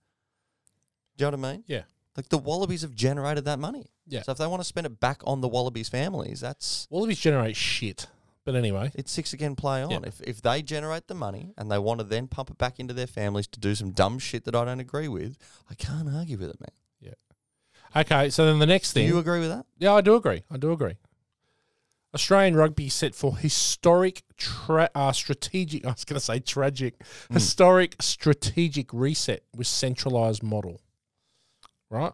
[SPEAKER 2] Do you know what I mean?
[SPEAKER 1] Yeah.
[SPEAKER 2] Like the Wallabies have generated that money.
[SPEAKER 1] Yeah.
[SPEAKER 2] So if they want to spend it back on the Wallabies families, that's
[SPEAKER 1] Wallabies generate shit, but anyway,
[SPEAKER 2] it's six again play on.
[SPEAKER 1] Yeah.
[SPEAKER 2] If if they generate the money and they want to then pump it back into their families to do some dumb shit that I don't agree with, I can't argue with it, man.
[SPEAKER 1] okay. So then the next
[SPEAKER 2] Do
[SPEAKER 1] thing,
[SPEAKER 2] you agree with that?
[SPEAKER 1] yeah, I do agree. I do agree. Australian rugby set for historic, tra- uh, strategic. (laughs) I was going to say tragic, historic, strategic reset with centralised model. Right,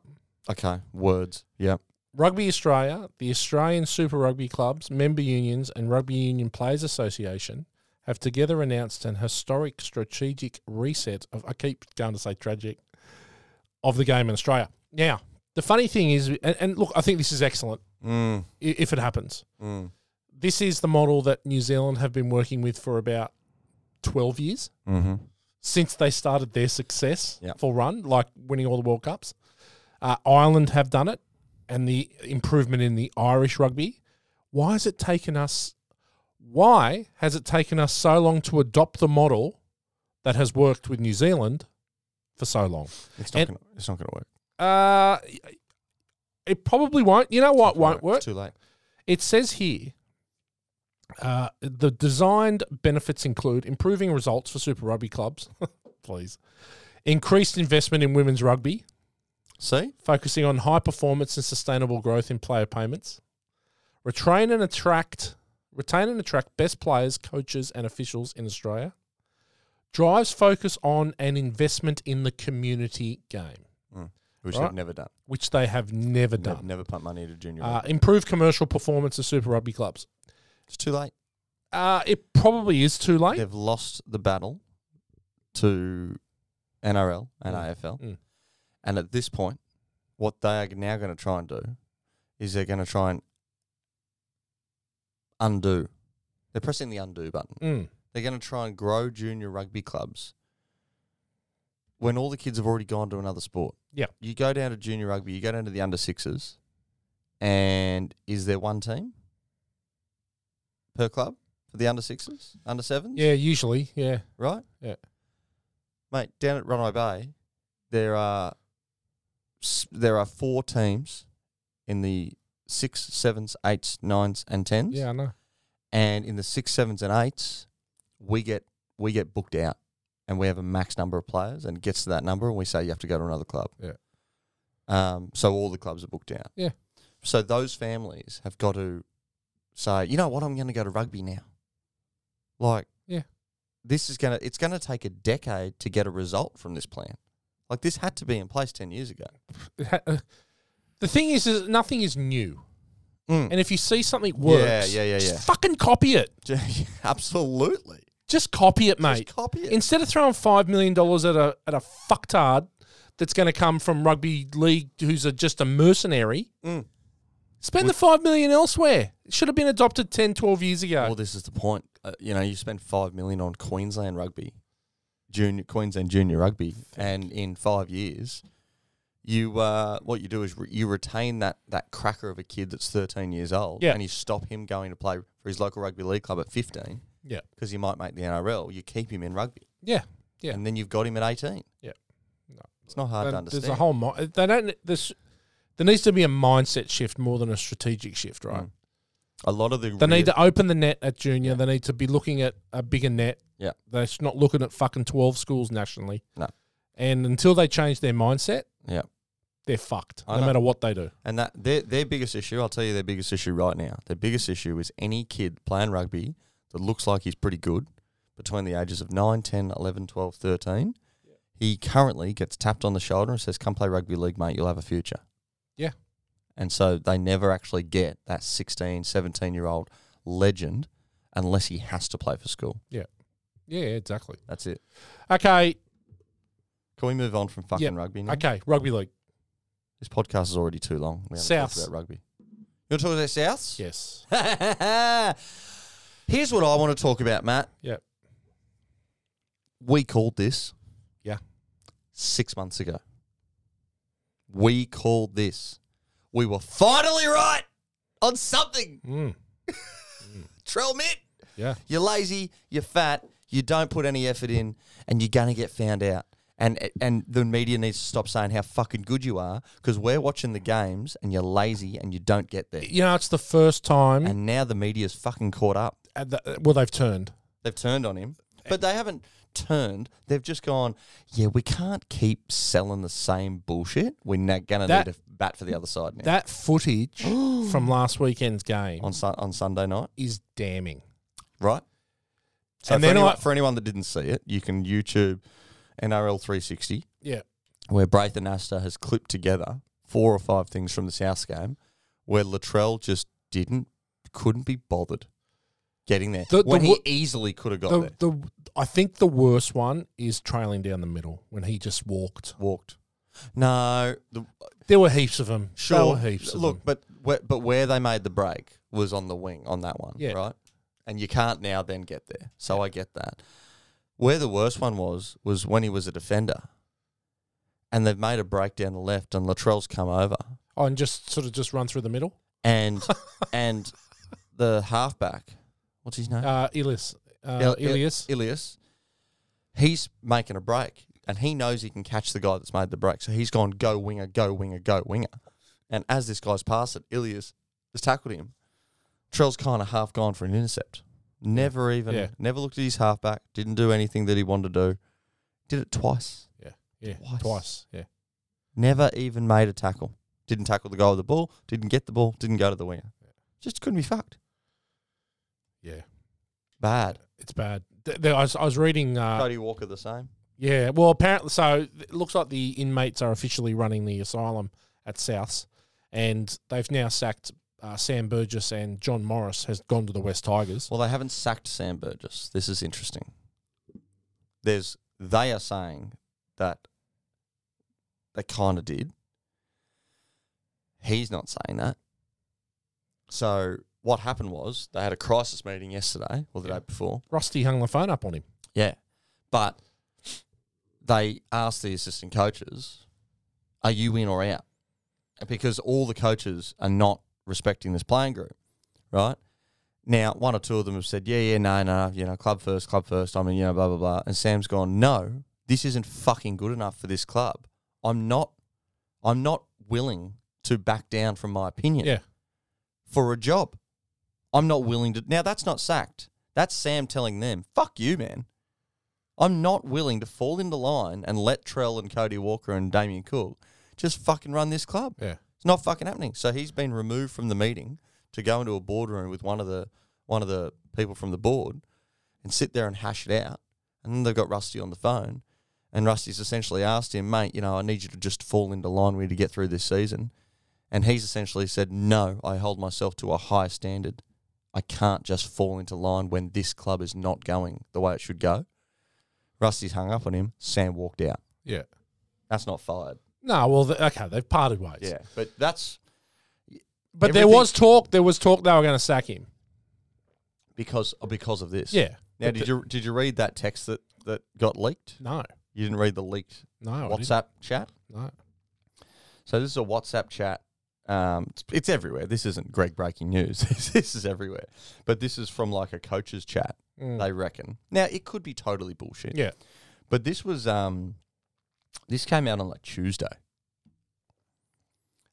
[SPEAKER 2] Okay. Words. Yeah.
[SPEAKER 1] Rugby Australia, the Australian Super Rugby clubs, member unions, and Rugby Union Players Association have together announced an historic, strategic reset of. I keep going to say tragic of the game in Australia. Now, the funny thing is, and, and look, I think this is excellent
[SPEAKER 2] Mm.
[SPEAKER 1] i- if it happens.
[SPEAKER 2] Mm.
[SPEAKER 1] This is the model that New Zealand have been working with for about 12 years
[SPEAKER 2] Mm-hmm.
[SPEAKER 1] since they started their success
[SPEAKER 2] Yep.
[SPEAKER 1] for run, like winning all the World Cups. Uh, Ireland have done it, and the improvement in the Irish rugby. Why has it taken us? Why has it taken us so long to adopt the model that has worked with New Zealand for so long?
[SPEAKER 2] It's
[SPEAKER 1] And-
[SPEAKER 2] gonna, it's not going to work.
[SPEAKER 1] Uh, it probably won't. You know what
[SPEAKER 2] It's
[SPEAKER 1] Uh, won't work?
[SPEAKER 2] It's too late.
[SPEAKER 1] It says here uh, the designed benefits include improving results for Super Rugby clubs, (laughs) please, increased investment in women's rugby,
[SPEAKER 2] See?
[SPEAKER 1] focusing on high performance and sustainable growth in player payments, retrain and attract, retain and attract best players, coaches, and officials in Australia, drives focus on an investment in the community game,
[SPEAKER 2] Which
[SPEAKER 1] Right.
[SPEAKER 2] they've never done.
[SPEAKER 1] which they have never
[SPEAKER 2] They've
[SPEAKER 1] done.
[SPEAKER 2] never put money into junior.
[SPEAKER 1] Uh,
[SPEAKER 2] rugby.
[SPEAKER 1] improve commercial performance of Super Rugby clubs.
[SPEAKER 2] it's too late.
[SPEAKER 1] Uh, it probably is too late.
[SPEAKER 2] They've lost the battle to NRL and
[SPEAKER 1] Mm.
[SPEAKER 2] AFL.
[SPEAKER 1] Mm.
[SPEAKER 2] And at this point, what they are now going to try and do is they're going to try and undo. They're pressing the undo button.
[SPEAKER 1] Mm.
[SPEAKER 2] They're going to try and grow junior rugby clubs when all the kids have already gone to another sport.
[SPEAKER 1] Yeah.
[SPEAKER 2] You go down to junior rugby, you go down to the under sixes, and is there one team per club for the under sixes, under sevens?
[SPEAKER 1] Yeah, usually. Yeah.
[SPEAKER 2] right?
[SPEAKER 1] Yeah.
[SPEAKER 2] Mate, down at Runway Bay, there are s- there are four teams in the six, sevens, eights, nines, and tens.
[SPEAKER 1] Yeah, I know.
[SPEAKER 2] And in the six, sevens, and eights, we get we get booked out, and we have a max number of players, and it gets to that number, and we say you have to go to another club.
[SPEAKER 1] Yeah.
[SPEAKER 2] Um. So all the clubs are booked out.
[SPEAKER 1] Yeah.
[SPEAKER 2] So those families have got to say, you know what, I'm going to go to rugby now. Like.
[SPEAKER 1] Yeah.
[SPEAKER 2] This is gonna. It's gonna take a decade to get a result from this plan. Like this had to be in place ten years ago.
[SPEAKER 1] It ha- uh, the thing is, is nothing is new.
[SPEAKER 2] Mm.
[SPEAKER 1] And if you see something works,
[SPEAKER 2] yeah, yeah,
[SPEAKER 1] just
[SPEAKER 2] yeah.
[SPEAKER 1] fucking copy it.
[SPEAKER 2] (laughs) Absolutely.
[SPEAKER 1] Just copy it,
[SPEAKER 2] Just
[SPEAKER 1] mate.
[SPEAKER 2] copy it.
[SPEAKER 1] Instead of throwing five million dollars at a at a fucktard that's going to come from rugby league, who's a, just a mercenary,
[SPEAKER 2] Mm.
[SPEAKER 1] spend the five million elsewhere. It should have been adopted 10, 12 years ago.
[SPEAKER 2] well, this is the point. Uh, you know, you spend five million on Queensland rugby, junior Queensland junior rugby, and in five years, you uh, what you do is re- you retain that that cracker of a kid that's thirteen years old,
[SPEAKER 1] Yeah.
[SPEAKER 2] and you stop him going to play for his local rugby league club at fifteen
[SPEAKER 1] yeah,
[SPEAKER 2] because he might make the NRL. You keep him in rugby,
[SPEAKER 1] yeah, yeah.
[SPEAKER 2] and then you've got him at eighteen.
[SPEAKER 1] Yeah. No.
[SPEAKER 2] it's not hard to
[SPEAKER 1] And
[SPEAKER 2] understand.
[SPEAKER 1] There's a whole mi- they don't. There's, there needs to be a mindset shift more than a strategic shift, right?
[SPEAKER 2] Mm. a lot of the
[SPEAKER 1] They
[SPEAKER 2] really-
[SPEAKER 1] need to open the net at junior. They need to be looking at a bigger net.
[SPEAKER 2] Yeah.
[SPEAKER 1] They're just not looking at fucking 12 schools nationally.
[SPEAKER 2] No.
[SPEAKER 1] And until they change their mindset,
[SPEAKER 2] yeah.
[SPEAKER 1] they're fucked,
[SPEAKER 2] I
[SPEAKER 1] no
[SPEAKER 2] know.
[SPEAKER 1] matter what they do.
[SPEAKER 2] And that their their biggest issue, I'll tell you their biggest issue right now. Their biggest issue is any kid playing rugby that looks like he's pretty good between the ages of 9, 10, 11, 12, 13. He currently gets tapped on the shoulder and says, "Come play rugby league, mate. You'll have a future."
[SPEAKER 1] Yeah.
[SPEAKER 2] And so they never actually get that 16, 17-year-old legend unless he has to play for school.
[SPEAKER 1] Yeah, exactly.
[SPEAKER 2] That's it.
[SPEAKER 1] Okay.
[SPEAKER 2] Can we move on from fucking
[SPEAKER 1] Yep.
[SPEAKER 2] rugby now?
[SPEAKER 1] Okay. Rugby league.
[SPEAKER 2] This podcast is already too long. We haven't talked
[SPEAKER 1] Souths.
[SPEAKER 2] about rugby. You want to talk about Souths?
[SPEAKER 1] Yes.
[SPEAKER 2] (laughs) Here's what I want to talk about, Matt.
[SPEAKER 1] Yeah.
[SPEAKER 2] We called this.
[SPEAKER 1] Yeah.
[SPEAKER 2] Six months ago. We called this. We were finally right on something.
[SPEAKER 1] Mm.
[SPEAKER 2] Trell Mitt,
[SPEAKER 1] Yeah.
[SPEAKER 2] you're lazy, you're fat, you don't put any effort in, and you're gonna get found out. And and the media needs to stop saying how fucking good you are because we're watching the games and you're lazy and you don't get there.
[SPEAKER 1] You know, it's the first time.
[SPEAKER 2] And now the media's fucking caught up.
[SPEAKER 1] at the, well, they've turned.
[SPEAKER 2] They've turned on him, but they haven't turned. They've just gone, yeah, we can't keep selling the same bullshit. We're now going to
[SPEAKER 1] That-
[SPEAKER 2] need a bat for the other side now
[SPEAKER 1] That
[SPEAKER 2] (gasps)
[SPEAKER 1] footage from last weekend's game
[SPEAKER 2] on Sun on Sunday night,
[SPEAKER 1] is damning.
[SPEAKER 2] right? So
[SPEAKER 1] And
[SPEAKER 2] for,
[SPEAKER 1] then
[SPEAKER 2] anyone,
[SPEAKER 1] I-
[SPEAKER 2] for anyone that didn't see it, you can YouTube NRL 360,
[SPEAKER 1] Yeah.
[SPEAKER 2] where Braithen Astor has clipped together four or five things from the South game, where Latrell just didn't, couldn't be bothered getting there
[SPEAKER 1] The- the
[SPEAKER 2] when he
[SPEAKER 1] wo-
[SPEAKER 2] easily could have got
[SPEAKER 1] The,
[SPEAKER 2] there.
[SPEAKER 1] the, I think the worst one is trailing down the middle when he just walked.
[SPEAKER 2] Walked. No, the,
[SPEAKER 1] There were heaps of them.
[SPEAKER 2] Sure.
[SPEAKER 1] There were heaps of
[SPEAKER 2] Look,
[SPEAKER 1] them.
[SPEAKER 2] but where, but where they made the break was on the wing on that one,
[SPEAKER 1] Yeah.
[SPEAKER 2] right? And you can't now then get there. So I get that. Where the worst one was was when he was a defender, and they've made a break down the left, and Latrell's come over,
[SPEAKER 1] Oh, and just sort of just run through the middle. (laughs)
[SPEAKER 2] and and the halfback, what's his name?
[SPEAKER 1] Uh, Elias. Uh,
[SPEAKER 2] El- El-
[SPEAKER 1] Elias.
[SPEAKER 2] Ilias. He's making a break, and he knows he can catch the guy that's made the break. So he's gone go winger, go winger, go winger. And as this guy's passed it, Ilias has tackled him. Trell's kind of half gone for an intercept. Never even,
[SPEAKER 1] Yeah.
[SPEAKER 2] never looked at his halfback. Didn't do anything that he wanted to do. Did it twice.
[SPEAKER 1] yeah.
[SPEAKER 2] Twice.
[SPEAKER 1] Twice. Yeah.
[SPEAKER 2] Never even made a tackle. Didn't tackle the guy with the ball. Didn't get the ball. Didn't go to the winger. Just couldn't be fucked.
[SPEAKER 1] Yeah.
[SPEAKER 2] Bad.
[SPEAKER 1] It's bad. Th- there- I, was, I was reading. Uh,
[SPEAKER 2] Cody Walker the same.
[SPEAKER 1] yeah. Well, apparently, so it looks like the inmates are officially running the asylum at Souths, and they've now sacked uh, Sam Burgess and John Morris has gone to the West Tigers.
[SPEAKER 2] Well, they haven't sacked Sam Burgess. This is interesting. There's they are saying that they kind of did. He's not saying that. So what happened was they had a crisis meeting yesterday or the
[SPEAKER 1] Yeah.
[SPEAKER 2] day before.
[SPEAKER 1] Rusty hung the phone up on him.
[SPEAKER 2] Yeah, but they asked the assistant coaches, "Are you in or out?" Because all the coaches are not respecting this playing group, right? Now, one or two of them have said, "Yeah, yeah, no, no, you know, club first, club first. I mean, you know, blah blah blah." And Sam's gone, "No, this isn't fucking good enough for this club. I'm not. I'm not willing to back down from my opinion
[SPEAKER 1] Yeah.
[SPEAKER 2] for a job. I'm not willing to. Now, that's not sacked. That's Sam telling them, fuck you, man. I'm not willing to fall into line and let Trell and Cody Walker and Damien Cook just fucking run this club.
[SPEAKER 1] Yeah.
[SPEAKER 2] It's not fucking happening. So he's been removed from the meeting to go into a boardroom with one of the one of the people from the board and sit there and hash it out. And then they've got Rusty on the phone, and Rusty's essentially asked him, "Mate, you know, I need you to just fall into line. We need to get through this season." And he's essentially said, "No, I hold myself to a high standard. I can't just fall into line when this club is not going the way it should go." Rusty's hung up on him. Sam walked out.
[SPEAKER 1] Yeah.
[SPEAKER 2] That's not fired.
[SPEAKER 1] No, well, th okay, they've parted ways.
[SPEAKER 2] but that's
[SPEAKER 1] But
[SPEAKER 2] Everything-
[SPEAKER 1] there was talk. There was talk they were going to sack him.
[SPEAKER 2] because because of this.
[SPEAKER 1] Yeah.
[SPEAKER 2] Now,
[SPEAKER 1] But
[SPEAKER 2] did
[SPEAKER 1] th-
[SPEAKER 2] you did you read that text that that got leaked?
[SPEAKER 1] No.
[SPEAKER 2] You didn't read the leaked
[SPEAKER 1] No. I didn't.
[SPEAKER 2] WhatsApp chat.
[SPEAKER 1] No.
[SPEAKER 2] So this is a WhatsApp chat. Um, it's, it's everywhere. This isn't Greg breaking news. (laughs) this is everywhere. But this is from like a coach's chat.
[SPEAKER 1] Mm.
[SPEAKER 2] They reckon. Now it could be totally bullshit.
[SPEAKER 1] Yeah.
[SPEAKER 2] But this was um, this came out on like Tuesday.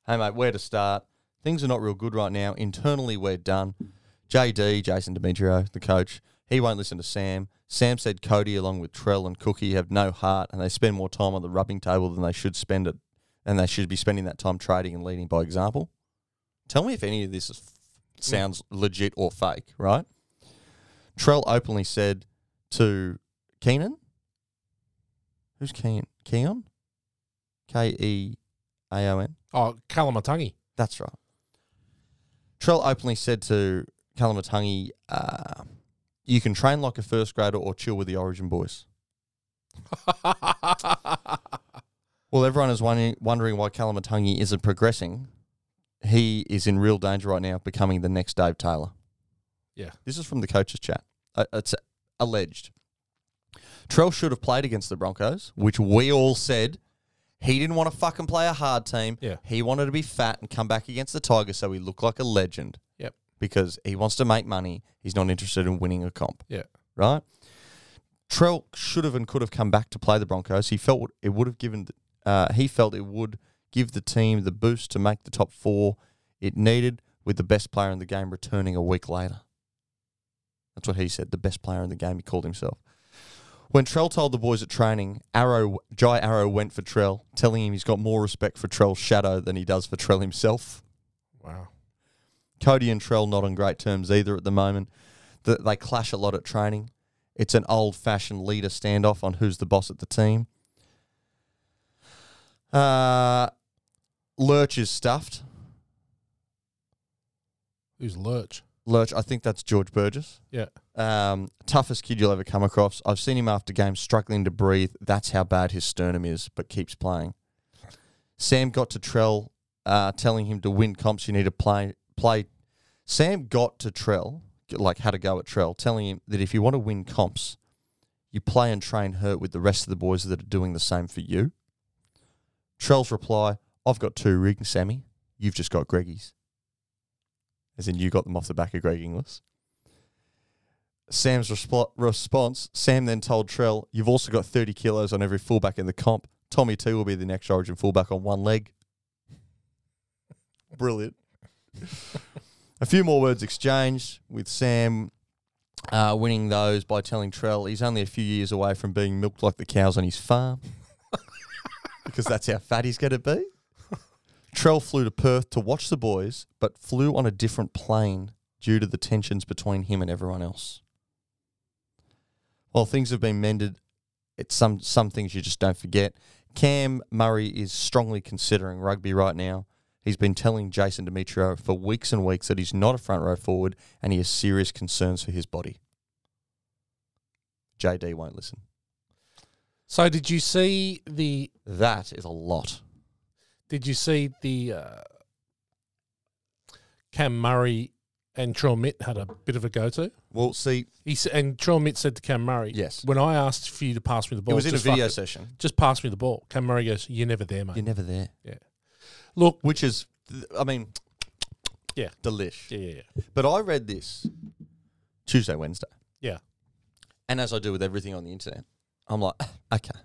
[SPEAKER 2] Hey mate, where to start? Things are not real good right now. Internally, we're done. JD, Jason Demetrio, the coach, he won't listen to Sam. Sam said Cody, along with Trell and Cookie, have no heart and they spend more time on the rubbing table than they should spend it, and they should be spending that time trading and leading by example. Tell me if any of this is, sounds legit or fake, right? Trell openly said to Keenan, who's Keen? Keon? K E A O N?
[SPEAKER 1] Oh, Kalamatangi. (laughs)
[SPEAKER 2] That's right. Trell openly said to Kalamatangi, uh, you can train like a first grader or chill with the Origin boys. Well, everyone is wondering, wondering why Kalamatangi isn't progressing. He is in real danger right now of becoming the next Dave Taylor.
[SPEAKER 1] Yeah.
[SPEAKER 2] This is from the coach's chat. Uh, It's alleged. Trell should have played against the Broncos, which we all said he didn't want to fucking play a hard team.
[SPEAKER 1] Yeah.
[SPEAKER 2] He wanted to be fat and come back against the Tigers so he looked like a legend
[SPEAKER 1] Yep.
[SPEAKER 2] because he wants to make money. He's not interested in winning a comp
[SPEAKER 1] Yeah.
[SPEAKER 2] right? Trell should have and could have come back to play the Broncos. He felt it would have given. Uh, he felt it would give the team the boost to make the top four it needed, with the best player in the game returning a week later. That's what he said. The best player in the game. He called himself. When Trell told the boys at training, Arrow Jai Arrow went for Trell, telling him he's got more respect for Trell's shadow than he does for Trell himself.
[SPEAKER 1] Wow.
[SPEAKER 2] Cody and Trell not on great terms either at the moment. The, they clash a lot at training. It's an old fashioned leader standoff on who's the boss at the team. Uh, Lurch is stuffed.
[SPEAKER 1] Who's Lurch?
[SPEAKER 2] Lurch, I think that's George Burgess.
[SPEAKER 1] Yeah.
[SPEAKER 2] Um, toughest kid you'll ever come across. I've seen him after games struggling to breathe. That's how bad his sternum is, but keeps playing. Sam got to Trell, uh, telling him to win comps. You need to play play. Sam got to Trell, like had a go at Trell, telling him that if you want to win comps, you play and train hurt with the rest of the boys that are doing the same for you. Trell's reply: I've got two rigs, Sammy. You've just got Greggy's. As in, you got them off the back of Greg Inglis. Sam's respo- response, Sam then told Trell, You've also got 30 kilos on every fullback in the comp. Tommy, too, will be the next Origin fullback on one leg. Brilliant. A few more words exchanged with Sam uh, winning those by telling Trell he's only a few years away from being milked like the cows on his farm (laughs) because that's how fat he's going to be. Trell flew to Perth to watch the boys, but flew on a different plane due to the tensions between him and everyone else. While things have been mended, it's some some things you just don't forget. Cam Murray is strongly considering rugby right now. He's been telling Jason Demetrio for weeks and weeks that he's not a front row forward and he has serious concerns for his body. JD won't listen.
[SPEAKER 1] So did you see the?
[SPEAKER 2] That is a lot.
[SPEAKER 1] Did you see the? Uh, Cam Murray and Trelmit had a bit of a go to.
[SPEAKER 2] Well, see,
[SPEAKER 1] He s- and Trelmit said to Cam Murray,
[SPEAKER 2] Yes.
[SPEAKER 1] When I asked for you to pass me the ball,
[SPEAKER 2] it was in a
[SPEAKER 1] just fuck
[SPEAKER 2] video
[SPEAKER 1] it.
[SPEAKER 2] session.
[SPEAKER 1] Just pass me the ball." Cam Murray goes, "You're never there, mate."
[SPEAKER 2] You're never there.
[SPEAKER 1] Look,
[SPEAKER 2] which is, I mean,
[SPEAKER 1] Yeah.
[SPEAKER 2] delish.
[SPEAKER 1] yeah, yeah,
[SPEAKER 2] But I read this Tuesday, Wednesday,
[SPEAKER 1] yeah,
[SPEAKER 2] and as I do with everything on the internet, (laughs) I'm like, okay,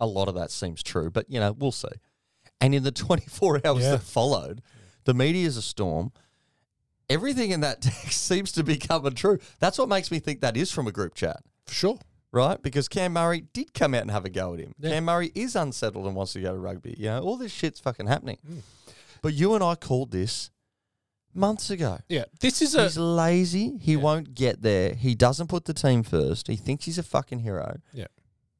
[SPEAKER 2] a lot of that seems true, but you know, we'll see. And in the 24 (laughs) hours
[SPEAKER 1] Yeah.
[SPEAKER 2] that followed, the media is a storm. Everything in that (laughs) text seems to be coming true. That's what makes me think that is from a group chat,
[SPEAKER 1] for sure.
[SPEAKER 2] right? Because Cam Murray did come out and have a go at him.
[SPEAKER 1] Yeah.
[SPEAKER 2] Cam Murray is unsettled and wants to go to rugby. You know, all this shit's fucking happening.
[SPEAKER 1] Hmm.
[SPEAKER 2] But you and I called this months ago.
[SPEAKER 1] Yeah, this is a
[SPEAKER 2] He's lazy. He won't get there. He doesn't put the team first. He thinks he's a fucking hero.
[SPEAKER 1] Yeah.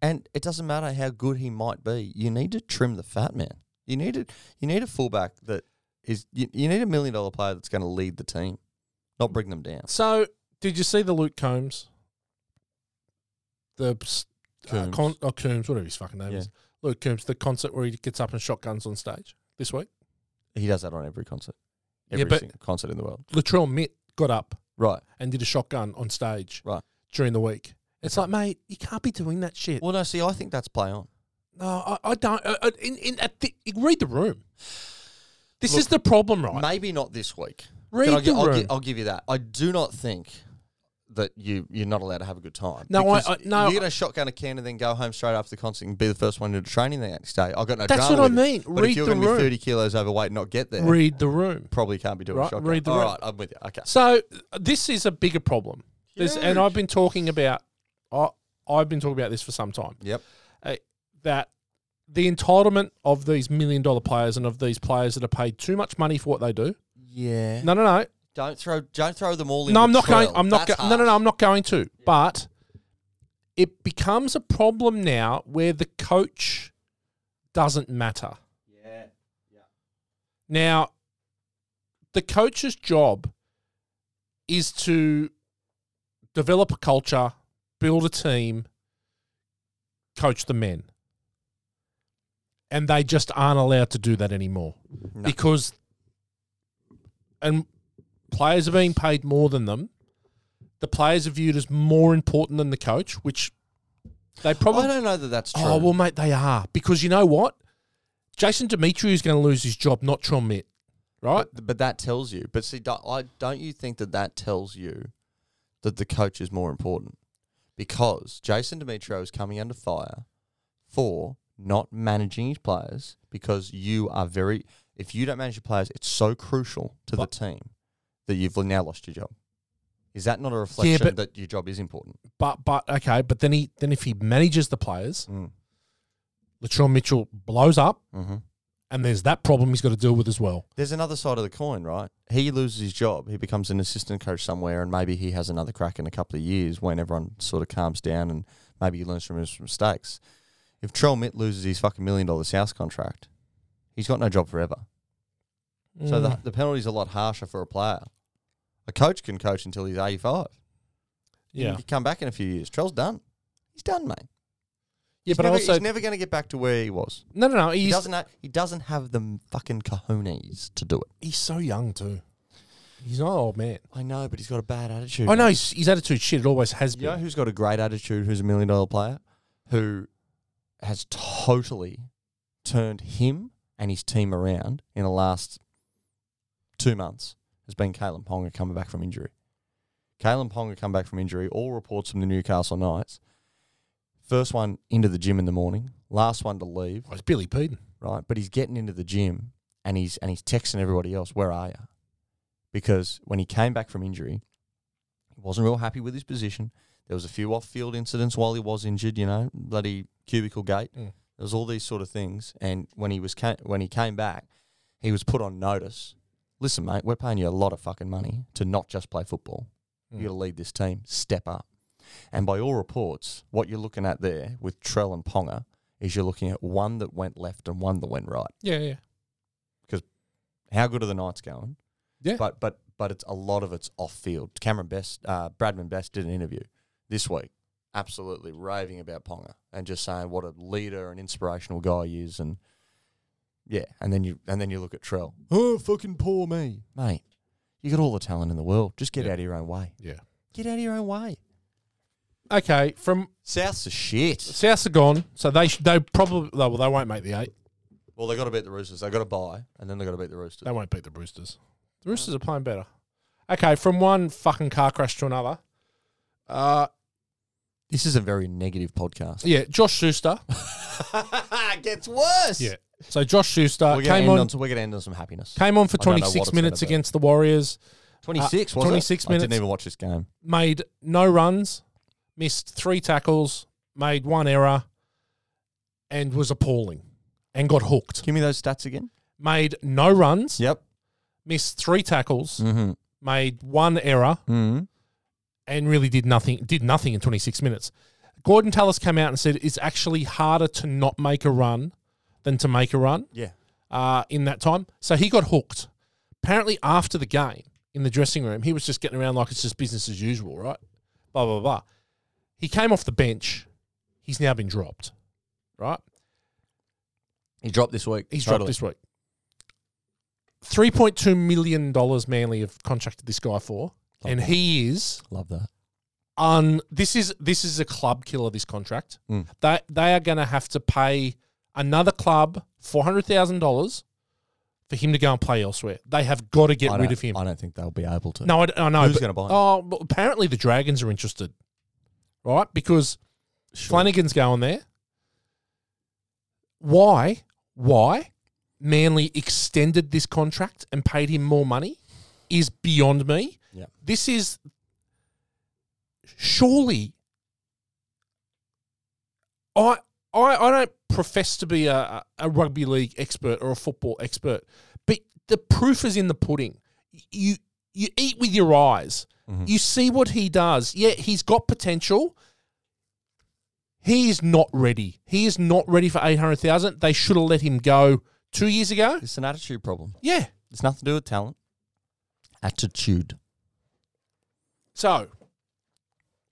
[SPEAKER 2] And it doesn't matter how good he might be. You need to trim the fat man. You need to, You need a fullback that is. You, you need a million dollar player that's going to lead the team, not bring them down.
[SPEAKER 1] So, did you see the Luke Combs? The s- uh,
[SPEAKER 2] Coombs.
[SPEAKER 1] con- oh, Coombs, whatever his fucking name
[SPEAKER 2] Yeah.
[SPEAKER 1] is. Luke Coombs, the concert where he gets up and shotguns on stage this week.
[SPEAKER 2] He does that on every concert.
[SPEAKER 1] Yeah,
[SPEAKER 2] Every
[SPEAKER 1] but-
[SPEAKER 2] single concert in the world.
[SPEAKER 1] Latrell Mitt got up
[SPEAKER 2] Right.
[SPEAKER 1] and did a shotgun on stage
[SPEAKER 2] Right.
[SPEAKER 1] during the week. It's like, mate, you can't be doing that shit.
[SPEAKER 2] Well, no. See, I think that's play on.
[SPEAKER 1] no, I, I don't. I, I- in, in, at the, read the room. This
[SPEAKER 2] Look,
[SPEAKER 1] is the problem, right?
[SPEAKER 2] Maybe not this week.
[SPEAKER 1] read
[SPEAKER 2] But
[SPEAKER 1] the
[SPEAKER 2] I'll, gi- I'll,
[SPEAKER 1] room.
[SPEAKER 2] gi- I'll give you that. I do not think that you you're not allowed to have a good time.
[SPEAKER 1] No, I-
[SPEAKER 2] Because
[SPEAKER 1] I- no,
[SPEAKER 2] You're gonna shotgun a can and then go home straight after the concert and be the first one to training the next day. I got no.
[SPEAKER 1] That's
[SPEAKER 2] drama
[SPEAKER 1] what I
[SPEAKER 2] with it.
[SPEAKER 1] mean.
[SPEAKER 2] But
[SPEAKER 1] Read
[SPEAKER 2] if you're
[SPEAKER 1] the
[SPEAKER 2] gonna
[SPEAKER 1] room.
[SPEAKER 2] be thirty kilos overweight, and not get there,
[SPEAKER 1] read the room.
[SPEAKER 2] probably can't be doing
[SPEAKER 1] Right,
[SPEAKER 2] shotgun.
[SPEAKER 1] read the
[SPEAKER 2] All
[SPEAKER 1] room.
[SPEAKER 2] right, I'm with you. Okay.
[SPEAKER 1] So uh, this is a bigger problem. There's, and I've been talking about, I, I've been talking about this for some time.
[SPEAKER 2] Yep.
[SPEAKER 1] uh, that the entitlement of these million dollar players and of these players that are paid too much money for what they do.
[SPEAKER 2] Yeah.
[SPEAKER 1] No, no, no,
[SPEAKER 2] Don't throw don't throw them all in.
[SPEAKER 1] no.
[SPEAKER 2] the
[SPEAKER 1] I'm not
[SPEAKER 2] trial.
[SPEAKER 1] going. I'm not.
[SPEAKER 2] That's
[SPEAKER 1] Go- no, no,
[SPEAKER 2] harsh.
[SPEAKER 1] no. I'm not going to. But it becomes a problem now where the coach doesn't matter.
[SPEAKER 2] Yeah.
[SPEAKER 1] Now, the coach's job is to develop a culture, build a team, coach the men. And they just aren't allowed to do that anymore
[SPEAKER 2] No.
[SPEAKER 1] because and players are being paid more than them. The players are viewed as more important than the coach, which they probably
[SPEAKER 2] I don't know that that's true.
[SPEAKER 1] Oh well, mate, they are because you know what? Jason Demetriou is going to lose his job, not Trommit, right?
[SPEAKER 2] But, but that tells you. But see, do, I don't you think that that tells you that the coach is more important because Jason Demetrio is coming under fire for not managing his players because you are very. If you don't manage your players, it's so crucial to
[SPEAKER 1] But-
[SPEAKER 2] the team that you've now lost your job. Is that not a reflection
[SPEAKER 1] but-
[SPEAKER 2] that your job is important?
[SPEAKER 1] But but okay, but then he then if he manages the players,
[SPEAKER 2] Mm.
[SPEAKER 1] Latrell Mitchell blows up,
[SPEAKER 2] Mm-hmm.
[SPEAKER 1] and there's that problem he's got to deal with as well.
[SPEAKER 2] There's another side of the coin, right? He loses his job. He becomes an assistant coach somewhere, and maybe he has another crack in a couple of years when everyone sort of calms down and maybe he learns from his mistakes. If Trell Mitt loses his fucking million dollar South contract, he's got no job forever. So
[SPEAKER 1] Mm.
[SPEAKER 2] the, the penalty's a lot harsher for a player. A coach can coach until he's 85. He
[SPEAKER 1] yeah,
[SPEAKER 2] can come back in a few years. Trell's done. He's done, mate.
[SPEAKER 1] yeah,
[SPEAKER 2] He's
[SPEAKER 1] but
[SPEAKER 2] never,
[SPEAKER 1] also
[SPEAKER 2] he's never going to get back to where he was.
[SPEAKER 1] no, no, no,
[SPEAKER 2] He
[SPEAKER 1] he's
[SPEAKER 2] doesn't. Ha- he doesn't have the fucking cojones to do it.
[SPEAKER 1] he's so young too. He's not an old man.
[SPEAKER 2] I know, but he's got a bad attitude.
[SPEAKER 1] I know his, his attitude shit. It always has
[SPEAKER 2] You know
[SPEAKER 1] been.
[SPEAKER 2] who's got a great attitude, who's a million dollar player, who has totally turned him and his team around in the last two months has been Kalen Ponga coming back from injury. Kalen Ponga come back from injury, all reports from the Newcastle Knights. First one into the gym in the morning, last one to leave,
[SPEAKER 1] Oh, it's Billy Peden.
[SPEAKER 2] right? But he's getting into the gym and he's and he's texting everybody else, "Where are you?" Because when he came back from injury, he wasn't real happy with his position. There was a few off-field incidents while he was injured, you know, bloody cubicle gate.
[SPEAKER 1] Mm.
[SPEAKER 2] There was all these sort of things, and when he was ca- when he came back, he was put on notice. Listen, mate, we're paying you a lot of fucking money to not just play football.
[SPEAKER 1] Mm.
[SPEAKER 2] You're to lead this team. Step up. And by all reports, what you're looking at there with Trell and Ponga is you're looking at one that went left and one that went right.
[SPEAKER 1] Yeah, yeah,
[SPEAKER 2] How good are the Knights going?
[SPEAKER 1] Yeah.
[SPEAKER 2] But but but it's a lot of it's off field. Cameron Best, uh, Bradman Best did an interview this week, absolutely raving about Ponga and just saying what a leader and inspirational guy he is, and yeah. And then you and then you look at Trell. Oh, fucking poor me, mate. You got all the talent in the world. Just get
[SPEAKER 1] Yeah.
[SPEAKER 2] out of your own way.
[SPEAKER 1] yeah.
[SPEAKER 2] Get out of your own way.
[SPEAKER 1] Okay, from
[SPEAKER 2] South's a shit.
[SPEAKER 1] Souths are gone, so they sh- they probably well they won't make the eight.
[SPEAKER 2] Well, they got to beat the Roosters. They got to buy, and then they got to beat the Roosters.
[SPEAKER 1] They won't beat the Roosters. The Roosters are playing better. Okay, from one fucking car crash to another. Uh,
[SPEAKER 2] This is a very negative podcast. (laughs)
[SPEAKER 1] yeah, Josh Schuster
[SPEAKER 2] Gets worse.
[SPEAKER 1] Yeah. So Josh Schuster
[SPEAKER 2] We're gonna
[SPEAKER 1] came
[SPEAKER 2] end
[SPEAKER 1] on,
[SPEAKER 2] on. we're gonna end on some happiness.
[SPEAKER 1] came on for
[SPEAKER 2] I don't know
[SPEAKER 1] 26
[SPEAKER 2] what it's
[SPEAKER 1] minutes
[SPEAKER 2] gonna be.
[SPEAKER 1] against the Warriors.
[SPEAKER 2] 26,
[SPEAKER 1] Uh,
[SPEAKER 2] was
[SPEAKER 1] 26
[SPEAKER 2] it? I
[SPEAKER 1] minutes.
[SPEAKER 2] didn't even watch this game.
[SPEAKER 1] made no runs, missed three tackles, made one error, and was appalling. And got hooked.
[SPEAKER 2] Give me those stats again.
[SPEAKER 1] Made no runs,
[SPEAKER 2] Yep.
[SPEAKER 1] missed three tackles,
[SPEAKER 2] Mm-hmm.
[SPEAKER 1] made one error,
[SPEAKER 2] Mm-hmm.
[SPEAKER 1] and really did nothing. Did nothing in 26 minutes. Gordon Tallis came out and said it's actually harder to not make a run than to make a run.
[SPEAKER 2] Yeah.
[SPEAKER 1] uh, in that time. So he got hooked. Apparently, after the game in the dressing room, he was just getting around like it's just business as usual, right? Blah, blah, blah. He came off the bench. He's now been dropped, right?
[SPEAKER 2] He dropped this week.
[SPEAKER 1] He's
[SPEAKER 2] Totally.
[SPEAKER 1] dropped this week. $3.2 million Manly have contracted this guy for. and he is
[SPEAKER 2] Love that.
[SPEAKER 1] un this is this is a club killer, this contract.
[SPEAKER 2] Mm.
[SPEAKER 1] They they are gonna have to pay another club four hundred thousand dollars for him to go and play elsewhere. They have got to get
[SPEAKER 2] I
[SPEAKER 1] rid
[SPEAKER 2] don't-
[SPEAKER 1] of him.
[SPEAKER 2] I don't think they'll be able to.
[SPEAKER 1] No, I, d- I know.
[SPEAKER 2] Who's
[SPEAKER 1] but-
[SPEAKER 2] gonna buy him?
[SPEAKER 1] Oh, but apparently the Dragons are interested, right? Because Flanagan's going there. Why? Why? Manly extended this contract and paid him more money is beyond me.
[SPEAKER 2] Yeah.
[SPEAKER 1] This is surely. I I I don't profess to be a, a rugby league expert or a football expert, but the proof is in the pudding. You you eat with your eyes. You see what he does. Yeah, he's got potential. He is not ready. He is not ready for eight hundred thousand. They should have let him go two years ago.
[SPEAKER 2] It's an attitude problem.
[SPEAKER 1] Yeah.
[SPEAKER 2] It's nothing to do with talent. Attitude.
[SPEAKER 1] So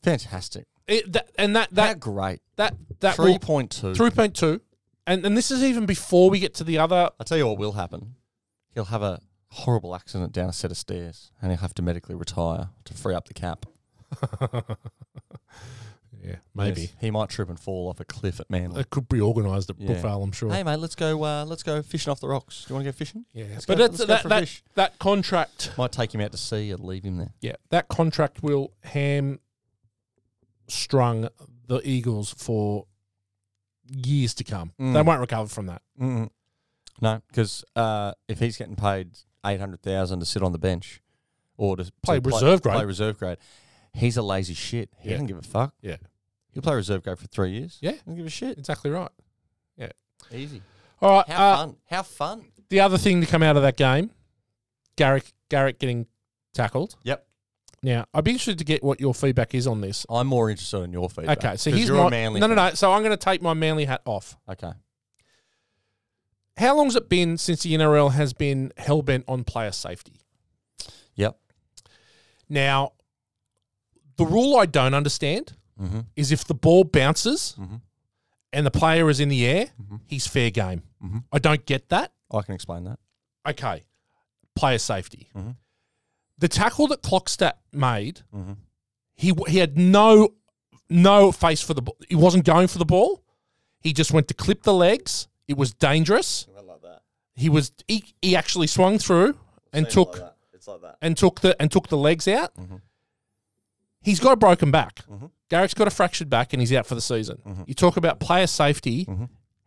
[SPEAKER 2] Fantastic.
[SPEAKER 1] it, that, and that
[SPEAKER 2] That,
[SPEAKER 1] that
[SPEAKER 2] great.
[SPEAKER 1] that that will-
[SPEAKER 2] Three point two.
[SPEAKER 1] three point two, and and this is even before we get to the other.
[SPEAKER 2] I'll tell you what will happen. He'll have a horrible accident down a set of stairs and he'll have to medically retire to free up the cap.
[SPEAKER 1] Yeah,
[SPEAKER 2] Yes, He might trip and fall off a cliff at Manly.
[SPEAKER 1] it could be organised at
[SPEAKER 2] Yeah.
[SPEAKER 1] Brookvale. I'm sure.
[SPEAKER 2] Hey mate, let's go uh, let's go fishing off the rocks. Do you want to go fishing?
[SPEAKER 1] yeah,
[SPEAKER 2] Let's
[SPEAKER 1] but
[SPEAKER 2] go-
[SPEAKER 1] that's,
[SPEAKER 2] let's go
[SPEAKER 1] that
[SPEAKER 2] for a
[SPEAKER 1] that,
[SPEAKER 2] fish.
[SPEAKER 1] that contract.
[SPEAKER 2] Might take him out to sea and leave him there.
[SPEAKER 1] Yeah, that contract will ham strung the Eagles for years to come.
[SPEAKER 2] Mm.
[SPEAKER 1] They won't recover from that.
[SPEAKER 2] Mm-mm. No, because uh, if he's getting paid eight hundred thousand to sit on the bench or to
[SPEAKER 1] Play
[SPEAKER 2] to
[SPEAKER 1] reserve grade.
[SPEAKER 2] play reserve grade, he's a lazy shit. He
[SPEAKER 1] Yeah.
[SPEAKER 2] doesn't give a fuck.
[SPEAKER 1] Yeah.
[SPEAKER 2] he'll play reserve grade for three years.
[SPEAKER 1] Yeah.
[SPEAKER 2] doesn't give a shit.
[SPEAKER 1] Exactly right.
[SPEAKER 2] Easy.
[SPEAKER 1] All right.
[SPEAKER 2] How
[SPEAKER 1] Uh,
[SPEAKER 2] fun? How fun?
[SPEAKER 1] the other thing to come out of that game, Garrick Garrick getting tackled.
[SPEAKER 2] Yep.
[SPEAKER 1] Now, I'd be interested to get what your feedback is on this.
[SPEAKER 2] I'm more interested in your feedback.
[SPEAKER 1] Okay, so
[SPEAKER 2] 'cause
[SPEAKER 1] here's
[SPEAKER 2] you're
[SPEAKER 1] my
[SPEAKER 2] a manly.
[SPEAKER 1] no, no, no. So I'm going to take my manly hat off.
[SPEAKER 2] no. Okay.
[SPEAKER 1] How long's it been since the NRL has been hell bent on player safety?
[SPEAKER 2] Yep.
[SPEAKER 1] Now, the rule I don't understand
[SPEAKER 2] Mm-hmm.
[SPEAKER 1] is if the ball bounces
[SPEAKER 2] Mhm.
[SPEAKER 1] and the player is in the air,
[SPEAKER 2] Mhm.
[SPEAKER 1] he's fair game.
[SPEAKER 2] Mhm.
[SPEAKER 1] I don't get that.
[SPEAKER 2] I can explain that.
[SPEAKER 1] Okay, player safety.
[SPEAKER 2] Mhm.
[SPEAKER 1] The tackle that Clockstat made,
[SPEAKER 2] Mm-hmm.
[SPEAKER 1] he he had no no face for the ball. He wasn't going for the ball. He just went to clip the legs. It was dangerous.
[SPEAKER 2] I love that.
[SPEAKER 1] He was he, he actually swung through and took
[SPEAKER 2] It's like that.
[SPEAKER 1] and took the and took the legs out. He's got a broken back. Garrick's got a fractured back, and he's out for the season. You talk about player safety.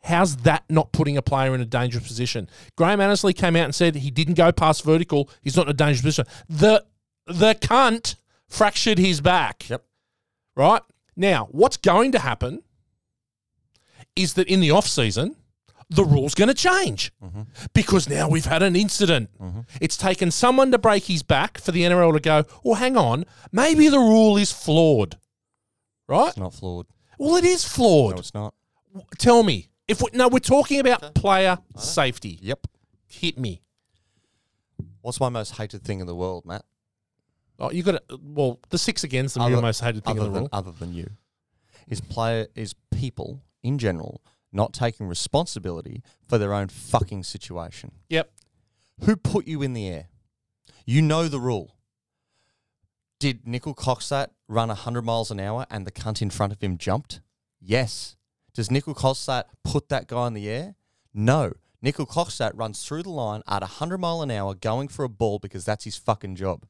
[SPEAKER 1] How's that not putting a player in a dangerous position? Graham Annesley came out and said he didn't go past vertical. He's not in a dangerous position. The the cunt fractured his back.
[SPEAKER 2] Yep.
[SPEAKER 1] Right now, what's going to happen is that in the off season, the rule's going to change because now we've had an incident. It's taken someone to break his back for the NRL to go, well, hang on, maybe the rule is flawed, right?
[SPEAKER 2] It's not flawed.
[SPEAKER 1] Well, it is
[SPEAKER 2] No,
[SPEAKER 1] flawed.
[SPEAKER 2] it's not.
[SPEAKER 1] Tell me. If we, no, we're talking about player safety.
[SPEAKER 2] Yep.
[SPEAKER 1] Hit me.
[SPEAKER 2] What's my most hated thing in the world, Matt?
[SPEAKER 1] Oh, you got to, well, the six against the
[SPEAKER 2] Other-
[SPEAKER 1] most hated thing in
[SPEAKER 2] other
[SPEAKER 1] the
[SPEAKER 2] than
[SPEAKER 1] rule.
[SPEAKER 2] other than you is player is people in general not taking responsibility for their own fucking situation.
[SPEAKER 1] Yep.
[SPEAKER 2] Who put you in the air? You know the rule. Did Nickel Coxat run 100 miles an hour and the cunt in front of him jumped? Yes. Does Nickel Coxat put that guy in the air? No. Nickel Coxat runs through the line at 100 mile an hour going for a ball because that's his fucking job.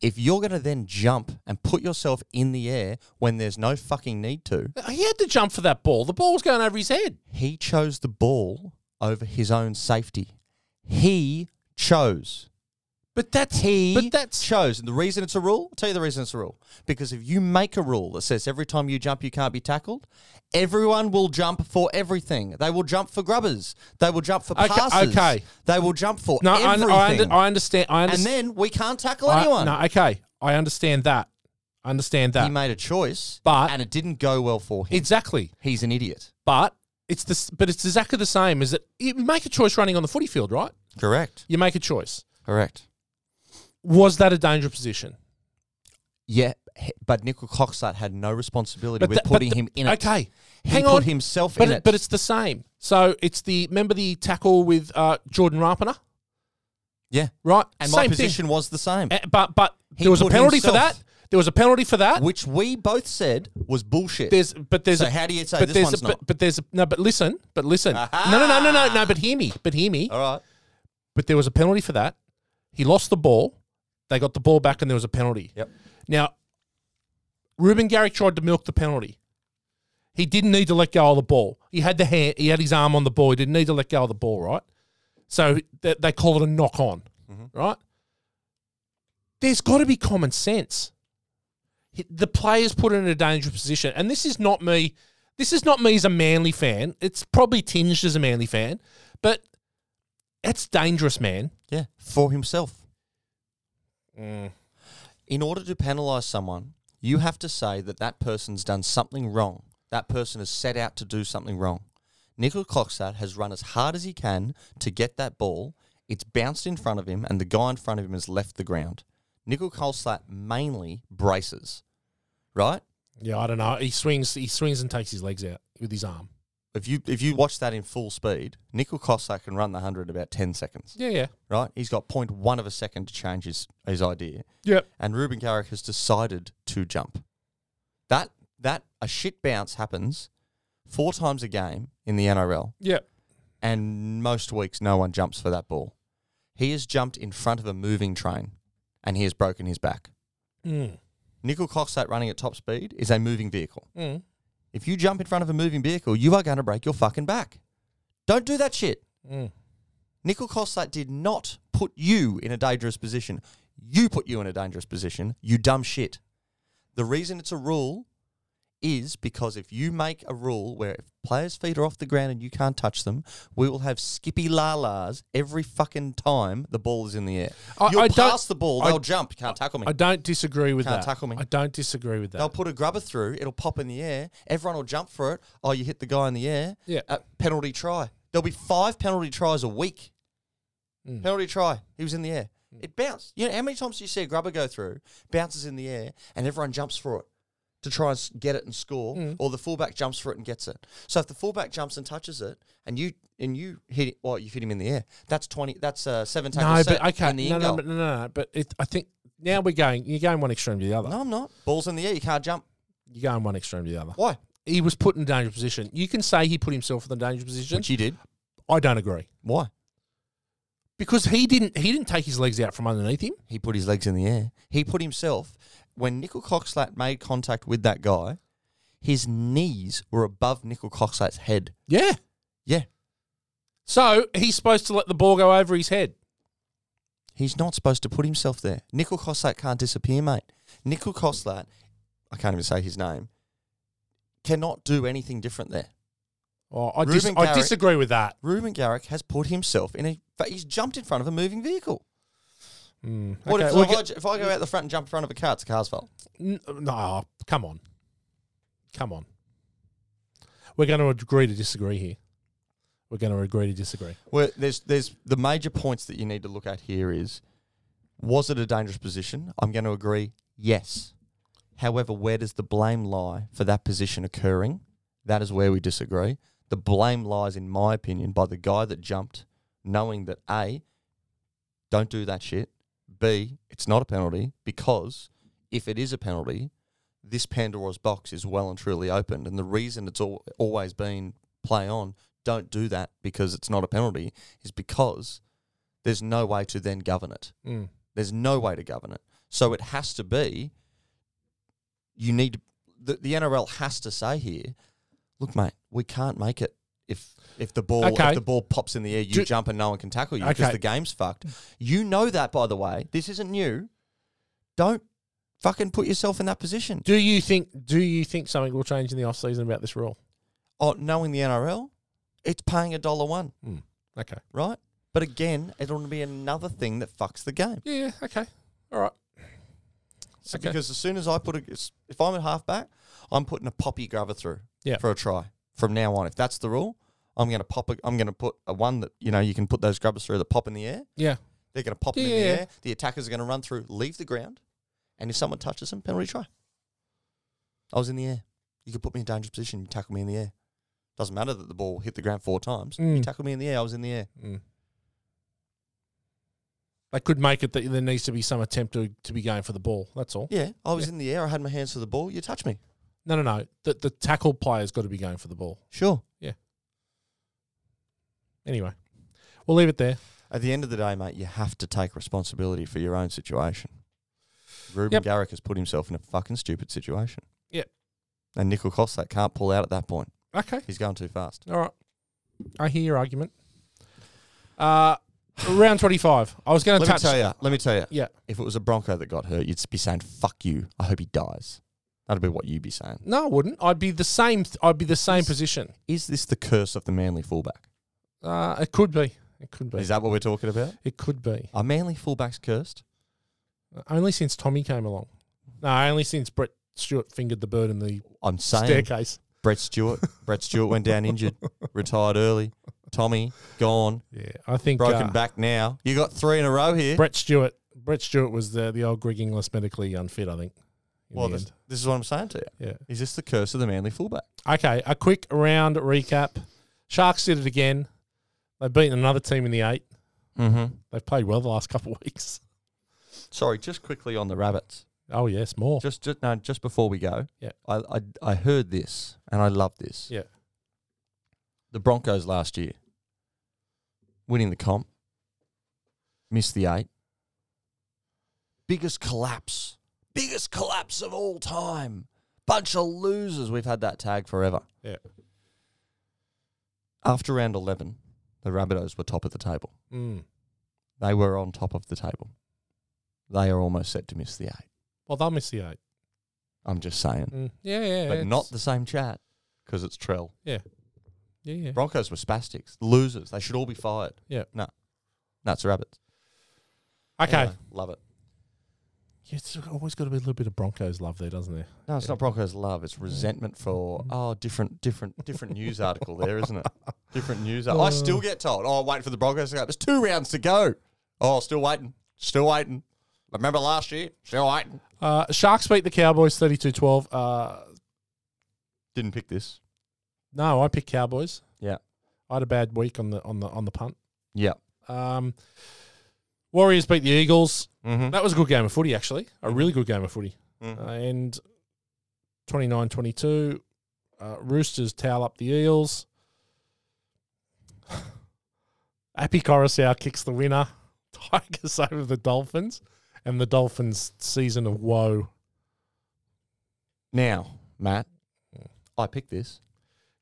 [SPEAKER 2] If you're going to then jump and put yourself in the air when there's no fucking need to,
[SPEAKER 1] He had to jump for that ball. The ball was going over his head.
[SPEAKER 2] he chose the ball over his own safety. He chose.
[SPEAKER 1] But that's
[SPEAKER 2] He
[SPEAKER 1] But that's
[SPEAKER 2] chose. And the reason it's a rule, I'll tell you the reason it's a rule. Because if you make a rule that says every time you jump, you can't be tackled, everyone will jump for everything. They will jump for grubbers. They will jump for
[SPEAKER 1] Okay,
[SPEAKER 2] passes.
[SPEAKER 1] okay.
[SPEAKER 2] They will jump for
[SPEAKER 1] no. I,
[SPEAKER 2] everything.
[SPEAKER 1] I, under- I understand. I
[SPEAKER 2] and
[SPEAKER 1] understand.
[SPEAKER 2] then we can't tackle
[SPEAKER 1] I-
[SPEAKER 2] anyone.
[SPEAKER 1] no, okay. I understand that. I understand
[SPEAKER 2] He
[SPEAKER 1] that.
[SPEAKER 2] made a choice,
[SPEAKER 1] But-
[SPEAKER 2] and it didn't go well for him.
[SPEAKER 1] exactly.
[SPEAKER 2] He's an idiot.
[SPEAKER 1] But it's this. But it's exactly the same. Is that you make a choice running on the footy field, right?
[SPEAKER 2] Correct.
[SPEAKER 1] You make a choice.
[SPEAKER 2] Correct.
[SPEAKER 1] Was that a dangerous position?
[SPEAKER 2] Yeah, he- but Nickel Coxart had no responsibility
[SPEAKER 1] But
[SPEAKER 2] with
[SPEAKER 1] that- but
[SPEAKER 2] putting
[SPEAKER 1] the-
[SPEAKER 2] him in it.
[SPEAKER 1] Okay.
[SPEAKER 2] He
[SPEAKER 1] Hang
[SPEAKER 2] put
[SPEAKER 1] on.
[SPEAKER 2] himself
[SPEAKER 1] but
[SPEAKER 2] in
[SPEAKER 1] it-
[SPEAKER 2] it.
[SPEAKER 1] but it's the same. So it's the remember the tackle with uh, Jordan Rapana,
[SPEAKER 2] yeah,
[SPEAKER 1] right?
[SPEAKER 2] and
[SPEAKER 1] same
[SPEAKER 2] my position was the same,
[SPEAKER 1] Thing. Uh, But but
[SPEAKER 2] He
[SPEAKER 1] there was a
[SPEAKER 2] put
[SPEAKER 1] penalty for
[SPEAKER 2] himself-
[SPEAKER 1] that. There was a penalty for that.
[SPEAKER 2] which we both said was bullshit.
[SPEAKER 1] There's but there's
[SPEAKER 2] So
[SPEAKER 1] a,
[SPEAKER 2] how do you say
[SPEAKER 1] but
[SPEAKER 2] this
[SPEAKER 1] there's
[SPEAKER 2] one's
[SPEAKER 1] a,
[SPEAKER 2] not?
[SPEAKER 1] But, but there's a, no. But listen. But listen.
[SPEAKER 2] Aha!
[SPEAKER 1] No no no no no no. But hear me. But hear me.
[SPEAKER 2] All right.
[SPEAKER 1] But there was a penalty for that. He lost the ball. They got the ball back, and there was a penalty.
[SPEAKER 2] Yep.
[SPEAKER 1] Now, Ruben Garrick tried to milk the penalty. He didn't need to let go of the ball. He had the hand, he had his arm on the ball. He didn't need to let go of the ball, right? So they, they call it a knock on, right? There's got to be common sense. He- The player's put in a dangerous position, and this is not me. This is not me as a Manly fan. It's probably tinged as a Manly fan, but it's dangerous, man.
[SPEAKER 2] Yeah, for himself. In order to penalise someone, you have to say that that person's done something wrong. That person has set out to do something wrong. Nicola Clocksat has run as hard as he can to get that ball. It's bounced in front of him, and the guy in front of him has left the ground. Nicola Clocksat mainly braces, right?
[SPEAKER 1] Yeah, I don't know. He swings. He swings and takes his legs out with his arm.
[SPEAKER 2] If you if you watch that in full speed, Nicola Cossack can run the hundred in about ten seconds,
[SPEAKER 1] Yeah, yeah,
[SPEAKER 2] right? He's got 0.1 of a second to change his, his idea.
[SPEAKER 1] yep.
[SPEAKER 2] and Ruben Garrick has decided to jump. That that a shit bounce happens four times a game in the NRL,
[SPEAKER 1] Yeah.
[SPEAKER 2] and most weeks no one jumps for that ball. He has jumped in front of a moving train, and he has broken his back.
[SPEAKER 1] Mm.
[SPEAKER 2] Nickel Coxat running at top speed is a moving vehicle.
[SPEAKER 1] Mm.
[SPEAKER 2] If you jump in front of a moving vehicle, you are going to break your fucking back. Don't do that shit.
[SPEAKER 1] Mm.
[SPEAKER 2] Nickel Coxat did not put you in a dangerous position. You put you in a dangerous position, you dumb shit. The reason it's a rule is because if you make a rule where if players' feet are off the ground and you can't touch them, we will have skippy lalas every fucking time the ball is in the air.
[SPEAKER 1] I-
[SPEAKER 2] You'll
[SPEAKER 1] I don't-
[SPEAKER 2] pass the ball,
[SPEAKER 1] I-
[SPEAKER 2] they'll jump, can't tackle me.
[SPEAKER 1] I don't disagree with
[SPEAKER 2] Can't
[SPEAKER 1] that.
[SPEAKER 2] tackle me.
[SPEAKER 1] I don't disagree with that.
[SPEAKER 2] They'll put a grubber through, it'll pop in the air, everyone will jump for it. Oh, you hit the guy in the air.
[SPEAKER 1] Yeah.
[SPEAKER 2] Uh, penalty try. There'll be five penalty tries a week.
[SPEAKER 1] Hmm.
[SPEAKER 2] Penalty try. He was in the air. It bounced. You know, how many times do you see a grubber go through, bounces in the air, and everyone jumps for it to try and s- get it and score,
[SPEAKER 1] Hmm.
[SPEAKER 2] or the fullback jumps for it and gets it. So if the fullback jumps and touches it, and you and you hit it, well, you hit him in the air. That's twenty. That's uh, seven
[SPEAKER 1] no,
[SPEAKER 2] tackles.
[SPEAKER 1] but okay.
[SPEAKER 2] in the
[SPEAKER 1] No,
[SPEAKER 2] in
[SPEAKER 1] no,
[SPEAKER 2] goal.
[SPEAKER 1] but no, no, no. But it, I think now we're going. You're going one extreme to the other.
[SPEAKER 2] no, I'm not. Balls in the air. You can't jump.
[SPEAKER 1] You're going one extreme to the other.
[SPEAKER 2] Why?
[SPEAKER 1] He was put in a dangerous position. You can say he put himself in the dangerous position.
[SPEAKER 2] Which you did.
[SPEAKER 1] I don't agree
[SPEAKER 2] Why?
[SPEAKER 1] because he didn't. He didn't take his legs out from underneath him.
[SPEAKER 2] He put his legs in the air. He put himself when Nickel Coxlat made contact with that guy. His knees were above Nickel Coxlat's head.
[SPEAKER 1] Yeah.
[SPEAKER 2] Yeah,
[SPEAKER 1] So he's supposed to let the ball go over his head.
[SPEAKER 2] he's not supposed to put himself there. Nickel Coxlat can't disappear, mate. Nickel Coxlat, I can't even say his name, cannot do anything different there.
[SPEAKER 1] Oh, I,
[SPEAKER 2] Ruben
[SPEAKER 1] dis- I
[SPEAKER 2] Garrett-
[SPEAKER 1] disagree with that.
[SPEAKER 2] Ruben Garrick has put himself in a. He's jumped in front of a moving vehicle.
[SPEAKER 1] Mm.
[SPEAKER 2] What
[SPEAKER 1] Okay,
[SPEAKER 2] if,
[SPEAKER 1] we'll
[SPEAKER 2] if, I,
[SPEAKER 1] get-
[SPEAKER 2] ju- if I go out the front and jump in front of a car? It's a car's fault.
[SPEAKER 1] N- No, come on. Come on. We're going to agree to disagree here. We're going to agree to disagree.
[SPEAKER 2] Well, there's there's the major points that you need to look at here is was it a dangerous position? I'm going to agree, yes. However, where does the blame lie for that position occurring? That is where we disagree. The blame lies, in my opinion, by the guy that jumped, knowing that A, don't do that shit. B, it's not a penalty because if it is a penalty, this Pandora's box is well and truly opened. And the reason it's al- always been play on, don't do that because it's not a penalty, is because there's no way to then govern it.
[SPEAKER 1] Mm.
[SPEAKER 2] There's no way to govern it. So it has to be. You need the, the NRL has to say here, look, mate, we can't make it. If if the ball
[SPEAKER 1] Okay.
[SPEAKER 2] if the ball pops in the air, you
[SPEAKER 1] Do-
[SPEAKER 2] jump and no one can tackle you because
[SPEAKER 1] Okay.
[SPEAKER 2] the game's fucked. You know that, by the way. This isn't new. Don't fucking put yourself in that position.
[SPEAKER 1] Do you think? Do you think something will change in the off season about this rule?
[SPEAKER 2] Oh, knowing the NRL, it's paying a dollar one,
[SPEAKER 1] Okay.
[SPEAKER 2] right? But again, it'll be another thing that fucks the game.
[SPEAKER 1] Yeah. yeah, Okay. All right.
[SPEAKER 2] So
[SPEAKER 1] Okay.
[SPEAKER 2] Because as soon as I put a, if I'm at halfback, I'm putting a poppy grabber through
[SPEAKER 1] Yeah.
[SPEAKER 2] for a try from now on. If that's the rule, I'm going to pop. A, I'm going to put a one that you know you can put those grabbers through that pop in the air.
[SPEAKER 1] Yeah.
[SPEAKER 2] They're going to pop them
[SPEAKER 1] Yeah,
[SPEAKER 2] in the
[SPEAKER 1] yeah, yeah.
[SPEAKER 2] air. The attackers are going to run through, leave the ground, and if someone touches them, penalty try. I was in the air. You could put me in a dangerous position. You tackle me in the air. Doesn't matter that the ball hit the ground four times. You
[SPEAKER 1] Mm.
[SPEAKER 2] tackle me in the air. I was in the air.
[SPEAKER 1] Mm. They could make it that there needs to be some attempt to, to be going for the ball. That's all.
[SPEAKER 2] Yeah, I was in the air. I had my hands to the ball. You touch me.
[SPEAKER 1] No, no, no. The, the tackle player's got to be going for the ball.
[SPEAKER 2] Sure.
[SPEAKER 1] Anyway, we'll leave it there.
[SPEAKER 2] At the end of the day, mate, you have to take responsibility for your own situation. Ruben
[SPEAKER 1] Yep.
[SPEAKER 2] Garrick has put himself in a fucking stupid situation.
[SPEAKER 1] Yep.
[SPEAKER 2] And Nickel Cossack can't pull out at that point.
[SPEAKER 1] Okay.
[SPEAKER 2] He's going too fast.
[SPEAKER 1] All right. I hear your argument. Uh, round 25. I was going to
[SPEAKER 2] Let me
[SPEAKER 1] touch.
[SPEAKER 2] tell you. Let me tell you.
[SPEAKER 1] Yeah.
[SPEAKER 2] If it was a Bronco that got hurt, you'd be saying "fuck you." I hope he dies. That'd be what you'd be saying.
[SPEAKER 1] No, I wouldn't. I'd be the same. th- I'd be the same
[SPEAKER 2] Yes.
[SPEAKER 1] position.
[SPEAKER 2] Is this the curse of the Manly fullback?
[SPEAKER 1] Uh, it could be. It could be.
[SPEAKER 2] Is that what we're talking about?
[SPEAKER 1] It could be.
[SPEAKER 2] Are Manly fullbacks cursed?
[SPEAKER 1] Only since Tommy came along. No, only since Brett Stewart fingered the bird in the
[SPEAKER 2] I'm saying
[SPEAKER 1] staircase.
[SPEAKER 2] Brett Stewart. Brett Stewart went down injured, retired early. Tommy gone,
[SPEAKER 1] Yeah, I think
[SPEAKER 2] broken
[SPEAKER 1] uh,
[SPEAKER 2] back now. You got three in a row here.
[SPEAKER 1] Brett Stewart. Brett Stewart was the the old Greg Inglis medically unfit. I think. in
[SPEAKER 2] well,
[SPEAKER 1] the
[SPEAKER 2] this,
[SPEAKER 1] end.
[SPEAKER 2] this is what I'm saying to you.
[SPEAKER 1] yeah.
[SPEAKER 2] Is this the curse of the Manly fullback?
[SPEAKER 1] Okay, a quick round recap. Sharks did it again. They've beaten another team in the eight.
[SPEAKER 2] Mm-hmm.
[SPEAKER 1] They've played well the last (laughs) couple of weeks.
[SPEAKER 2] Sorry, just quickly on the rabbits.
[SPEAKER 1] Oh yes, more.
[SPEAKER 2] Just, just no, just before we go.
[SPEAKER 1] Yeah.
[SPEAKER 2] I, I, I heard this and I love this.
[SPEAKER 1] Yeah.
[SPEAKER 2] The Broncos last year, winning the comp, missed the eight. Biggest collapse, biggest collapse of all time. Bunch of losers. We've had that tag forever.
[SPEAKER 1] Yeah.
[SPEAKER 2] After round eleven, the Rabbitohs were top of the table.
[SPEAKER 1] Mm.
[SPEAKER 2] They were on top of the table. They are almost set to miss the eight.
[SPEAKER 1] Well, they'll miss the eight.
[SPEAKER 2] I'm just saying.
[SPEAKER 1] Mm. Yeah, yeah.
[SPEAKER 2] but not
[SPEAKER 1] it's-
[SPEAKER 2] the same chat because it's Trell.
[SPEAKER 1] yeah, yeah.
[SPEAKER 2] Broncos were spastics, losers. They should all be fired.
[SPEAKER 1] Yeah.
[SPEAKER 2] No. No, it's the rabbits.
[SPEAKER 1] Okay.
[SPEAKER 2] Anyway, love it.
[SPEAKER 1] Yeah, it's always got to be a little bit of Broncos love there, doesn't there?
[SPEAKER 2] No, it's
[SPEAKER 1] Yeah.
[SPEAKER 2] not Broncos love. It's resentment for oh, different, different, different news article there, (laughs) isn't it? Different news.
[SPEAKER 1] Uh.
[SPEAKER 2] Article. I still get told, oh, wait for the Broncos to go. There's two rounds to go. Oh, still waiting, still waiting. Remember last year? Still waiting.
[SPEAKER 1] Uh, Sharks beat the Cowboys 32-12. Uh,
[SPEAKER 2] Didn't pick this.
[SPEAKER 1] no, I picked Cowboys.
[SPEAKER 2] Yeah.
[SPEAKER 1] I had a bad week on the on the on the punt.
[SPEAKER 2] Yeah.
[SPEAKER 1] Um, Warriors beat the Eagles.
[SPEAKER 2] Mm-hmm.
[SPEAKER 1] That was a good game of footy, actually. A really good game of footy. Uh, and 29 22. Uh, Roosters towel up the Eels. (sighs) Happy Coruscant kicks the winner. (laughs) Tigers over the Dolphins. And the Dolphins' season of woe.
[SPEAKER 2] Now, Matt,
[SPEAKER 1] Hmm.
[SPEAKER 2] I picked this.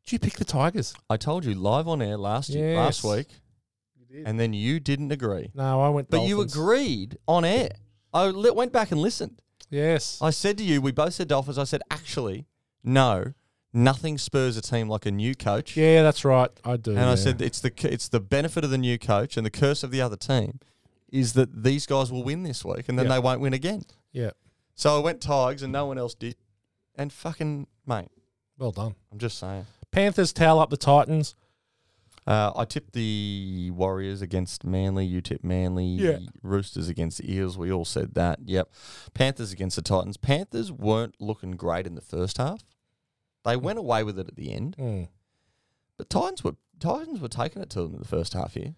[SPEAKER 1] Did you pick the Tigers?
[SPEAKER 2] I told you live on air last year, last
[SPEAKER 1] Yes.
[SPEAKER 2] week, and then you didn't agree.
[SPEAKER 1] No, I went
[SPEAKER 2] But you
[SPEAKER 1] Dolphins.
[SPEAKER 2] agreed on air. I li- went back and listened.
[SPEAKER 1] Yes.
[SPEAKER 2] I said to you, we both said Dolphins. I said, actually, no, nothing spurs a team like a new coach.
[SPEAKER 1] yeah, that's right. I do.
[SPEAKER 2] and
[SPEAKER 1] yeah.
[SPEAKER 2] I said, it's the c- it's the benefit of the new coach and the curse of the other team is that these guys will win this week and then
[SPEAKER 1] Yeah.
[SPEAKER 2] they won't win again.
[SPEAKER 1] Yeah,
[SPEAKER 2] So I went Tigers and no one else did. And fucking mate,
[SPEAKER 1] well done.
[SPEAKER 2] I'm just saying.
[SPEAKER 1] Panthers towel up the Titans.
[SPEAKER 2] Uh, I tipped the Warriors against Manly. You tipped Manly.
[SPEAKER 1] Yeah.
[SPEAKER 2] Roosters against the Eels. We all said that. Yep. Panthers against the Titans. Panthers weren't looking great in the first half. They went away with it at the end.
[SPEAKER 1] Mm.
[SPEAKER 2] But Titans were Titans were taking it to them in the first half here.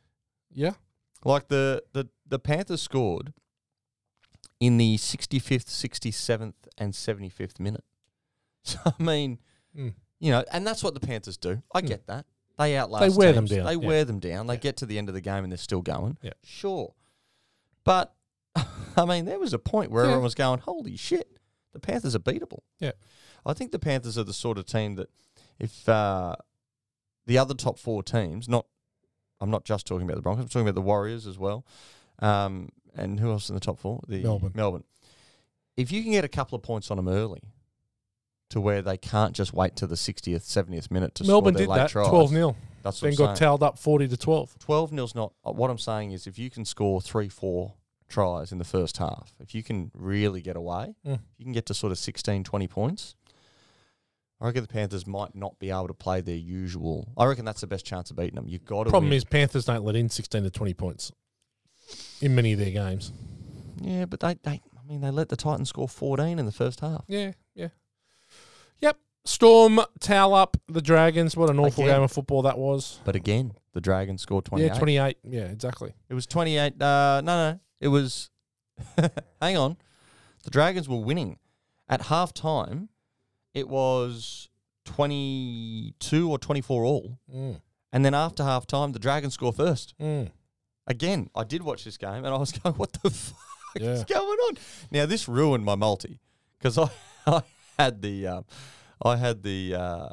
[SPEAKER 1] Yeah.
[SPEAKER 2] Like the the, the Panthers scored in the 65th, 67th, and 75th minute. (laughs) So I mean,
[SPEAKER 1] Mm.
[SPEAKER 2] you know, and that's what the Panthers do. I
[SPEAKER 1] Mm.
[SPEAKER 2] get that. They outlast.
[SPEAKER 1] They wear them
[SPEAKER 2] teams.
[SPEAKER 1] down,
[SPEAKER 2] They
[SPEAKER 1] yeah.
[SPEAKER 2] wear them down. They
[SPEAKER 1] Yeah.
[SPEAKER 2] get to the end of the game and they're still going.
[SPEAKER 1] Yeah.
[SPEAKER 2] Sure, but (laughs) I mean, there was a point where
[SPEAKER 1] Yeah.
[SPEAKER 2] everyone was going, "Holy shit, the Panthers are beatable."
[SPEAKER 1] Yeah.
[SPEAKER 2] I think the Panthers are the sort of team that, if uh, the other top four teams, not, I'm not just talking about the Broncos, I'm talking about the Warriors as well, um, and who else in the top four? The
[SPEAKER 1] Melbourne.
[SPEAKER 2] Melbourne. If you can get a couple of points on them early, to where they can't just wait to the 60th, 70th minute to
[SPEAKER 1] Melbourne
[SPEAKER 2] score their
[SPEAKER 1] did
[SPEAKER 2] late
[SPEAKER 1] that
[SPEAKER 2] tries.
[SPEAKER 1] twelve 0
[SPEAKER 2] That's what
[SPEAKER 1] then
[SPEAKER 2] I'm
[SPEAKER 1] got
[SPEAKER 2] saying.
[SPEAKER 1] towed up forty to twelve.
[SPEAKER 2] 12 nil's not uh, what I'm saying is if you can score three, four tries in the first half, if you can really get away,
[SPEAKER 1] Mm.
[SPEAKER 2] you can get to sort of 16, 20 points. I reckon the Panthers might not be able to play their usual. I reckon that's the best chance of beating them. You've got to
[SPEAKER 1] Problem
[SPEAKER 2] win.
[SPEAKER 1] is Panthers don't let in sixteen to twenty points in many of their games.
[SPEAKER 2] yeah, but they, they, I mean, they let the Titans score 14 in the first half.
[SPEAKER 1] Yeah, yeah. Yep. Storm towel up the Dragons. What an awful
[SPEAKER 2] Again.
[SPEAKER 1] game of football that was.
[SPEAKER 2] But again, the Dragons scored 28.
[SPEAKER 1] Yeah, twenty eight. Yeah, exactly.
[SPEAKER 2] It was 28. Uh, no, no. It was. (laughs) hang on. The Dragons were winning. At half time, it was 22 or 24 all.
[SPEAKER 1] Mm,
[SPEAKER 2] And then after half time, the Dragons score first.
[SPEAKER 1] mm,
[SPEAKER 2] Again, I did watch this game and I was (laughs) going, what the fuck
[SPEAKER 1] yeah.
[SPEAKER 2] is going on? Now, this ruined my multi because I, (laughs) I had the. Um, I had the uh,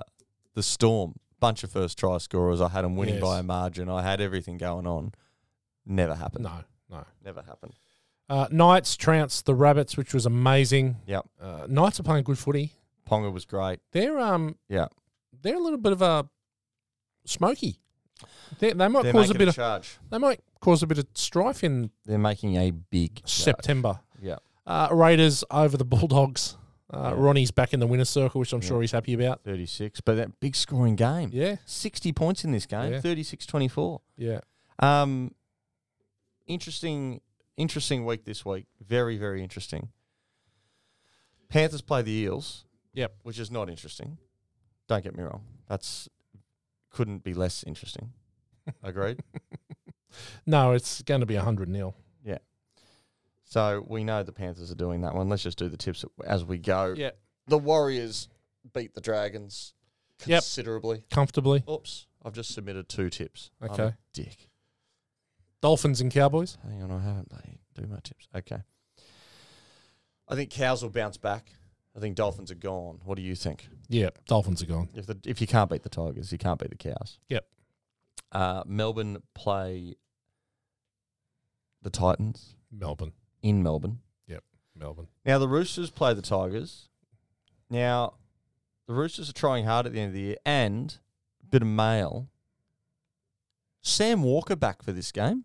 [SPEAKER 2] the storm bunch of first try scorers. I had them winning
[SPEAKER 1] Yes.
[SPEAKER 2] by a margin. I had everything going on. Never happened.
[SPEAKER 1] No, no.
[SPEAKER 2] Never happened.
[SPEAKER 1] Uh, Knights trounced the Rabbits, which was amazing.
[SPEAKER 2] Yep.
[SPEAKER 1] Uh, Knights are playing good footy.
[SPEAKER 2] Ponga was great.
[SPEAKER 1] They're um
[SPEAKER 2] Yeah.
[SPEAKER 1] they're a little bit of a smoky. They, they might
[SPEAKER 2] They're
[SPEAKER 1] cause a
[SPEAKER 2] making
[SPEAKER 1] bit of
[SPEAKER 2] charge.
[SPEAKER 1] they might cause a bit of strife in
[SPEAKER 2] They're making a big charge.
[SPEAKER 1] September.
[SPEAKER 2] Yeah.
[SPEAKER 1] Uh, Raiders over the Bulldogs. Uh,
[SPEAKER 2] Yeah.
[SPEAKER 1] Ronnie's back in the winner's circle, which I'm
[SPEAKER 2] Yeah.
[SPEAKER 1] sure he's happy about.
[SPEAKER 2] 36, but that big scoring game.
[SPEAKER 1] Yeah,
[SPEAKER 2] 60 points in this game,
[SPEAKER 1] Yeah.
[SPEAKER 2] 36-24.
[SPEAKER 1] yeah,
[SPEAKER 2] Um interesting interesting week this week. Very very interesting. Panthers play the Eels.
[SPEAKER 1] Yep.
[SPEAKER 2] Which is not interesting. Don't get me wrong. That's couldn't be less interesting.
[SPEAKER 1] (laughs)
[SPEAKER 2] Agreed.
[SPEAKER 1] No, it's going to be 100 nil.
[SPEAKER 2] so we know the Panthers are doing that one. Let's just do the tips as we go.
[SPEAKER 1] Yeah,
[SPEAKER 2] the Warriors beat the Dragons
[SPEAKER 1] Yep.
[SPEAKER 2] considerably.
[SPEAKER 1] comfortably.
[SPEAKER 2] Oops, I've just submitted two tips. I'm a
[SPEAKER 1] Okay.
[SPEAKER 2] dick.
[SPEAKER 1] Dolphins and Cowboys.
[SPEAKER 2] Hang on, I haven't bloody do my tips. Okay. I think cows will bounce back. I think Dolphins are gone. What do you think?
[SPEAKER 1] Yeah, Dolphins are gone.
[SPEAKER 2] If the, if you can't beat the Tigers, you can't beat the cows.
[SPEAKER 1] Yep.
[SPEAKER 2] Uh, Melbourne play the Titans
[SPEAKER 1] Melbourne,
[SPEAKER 2] in Melbourne.
[SPEAKER 1] Melbourne.
[SPEAKER 2] Now the Roosters play the Tigers. Now the Roosters are trying hard at the end of the year, and bit of mail. Sam Walker back for this game.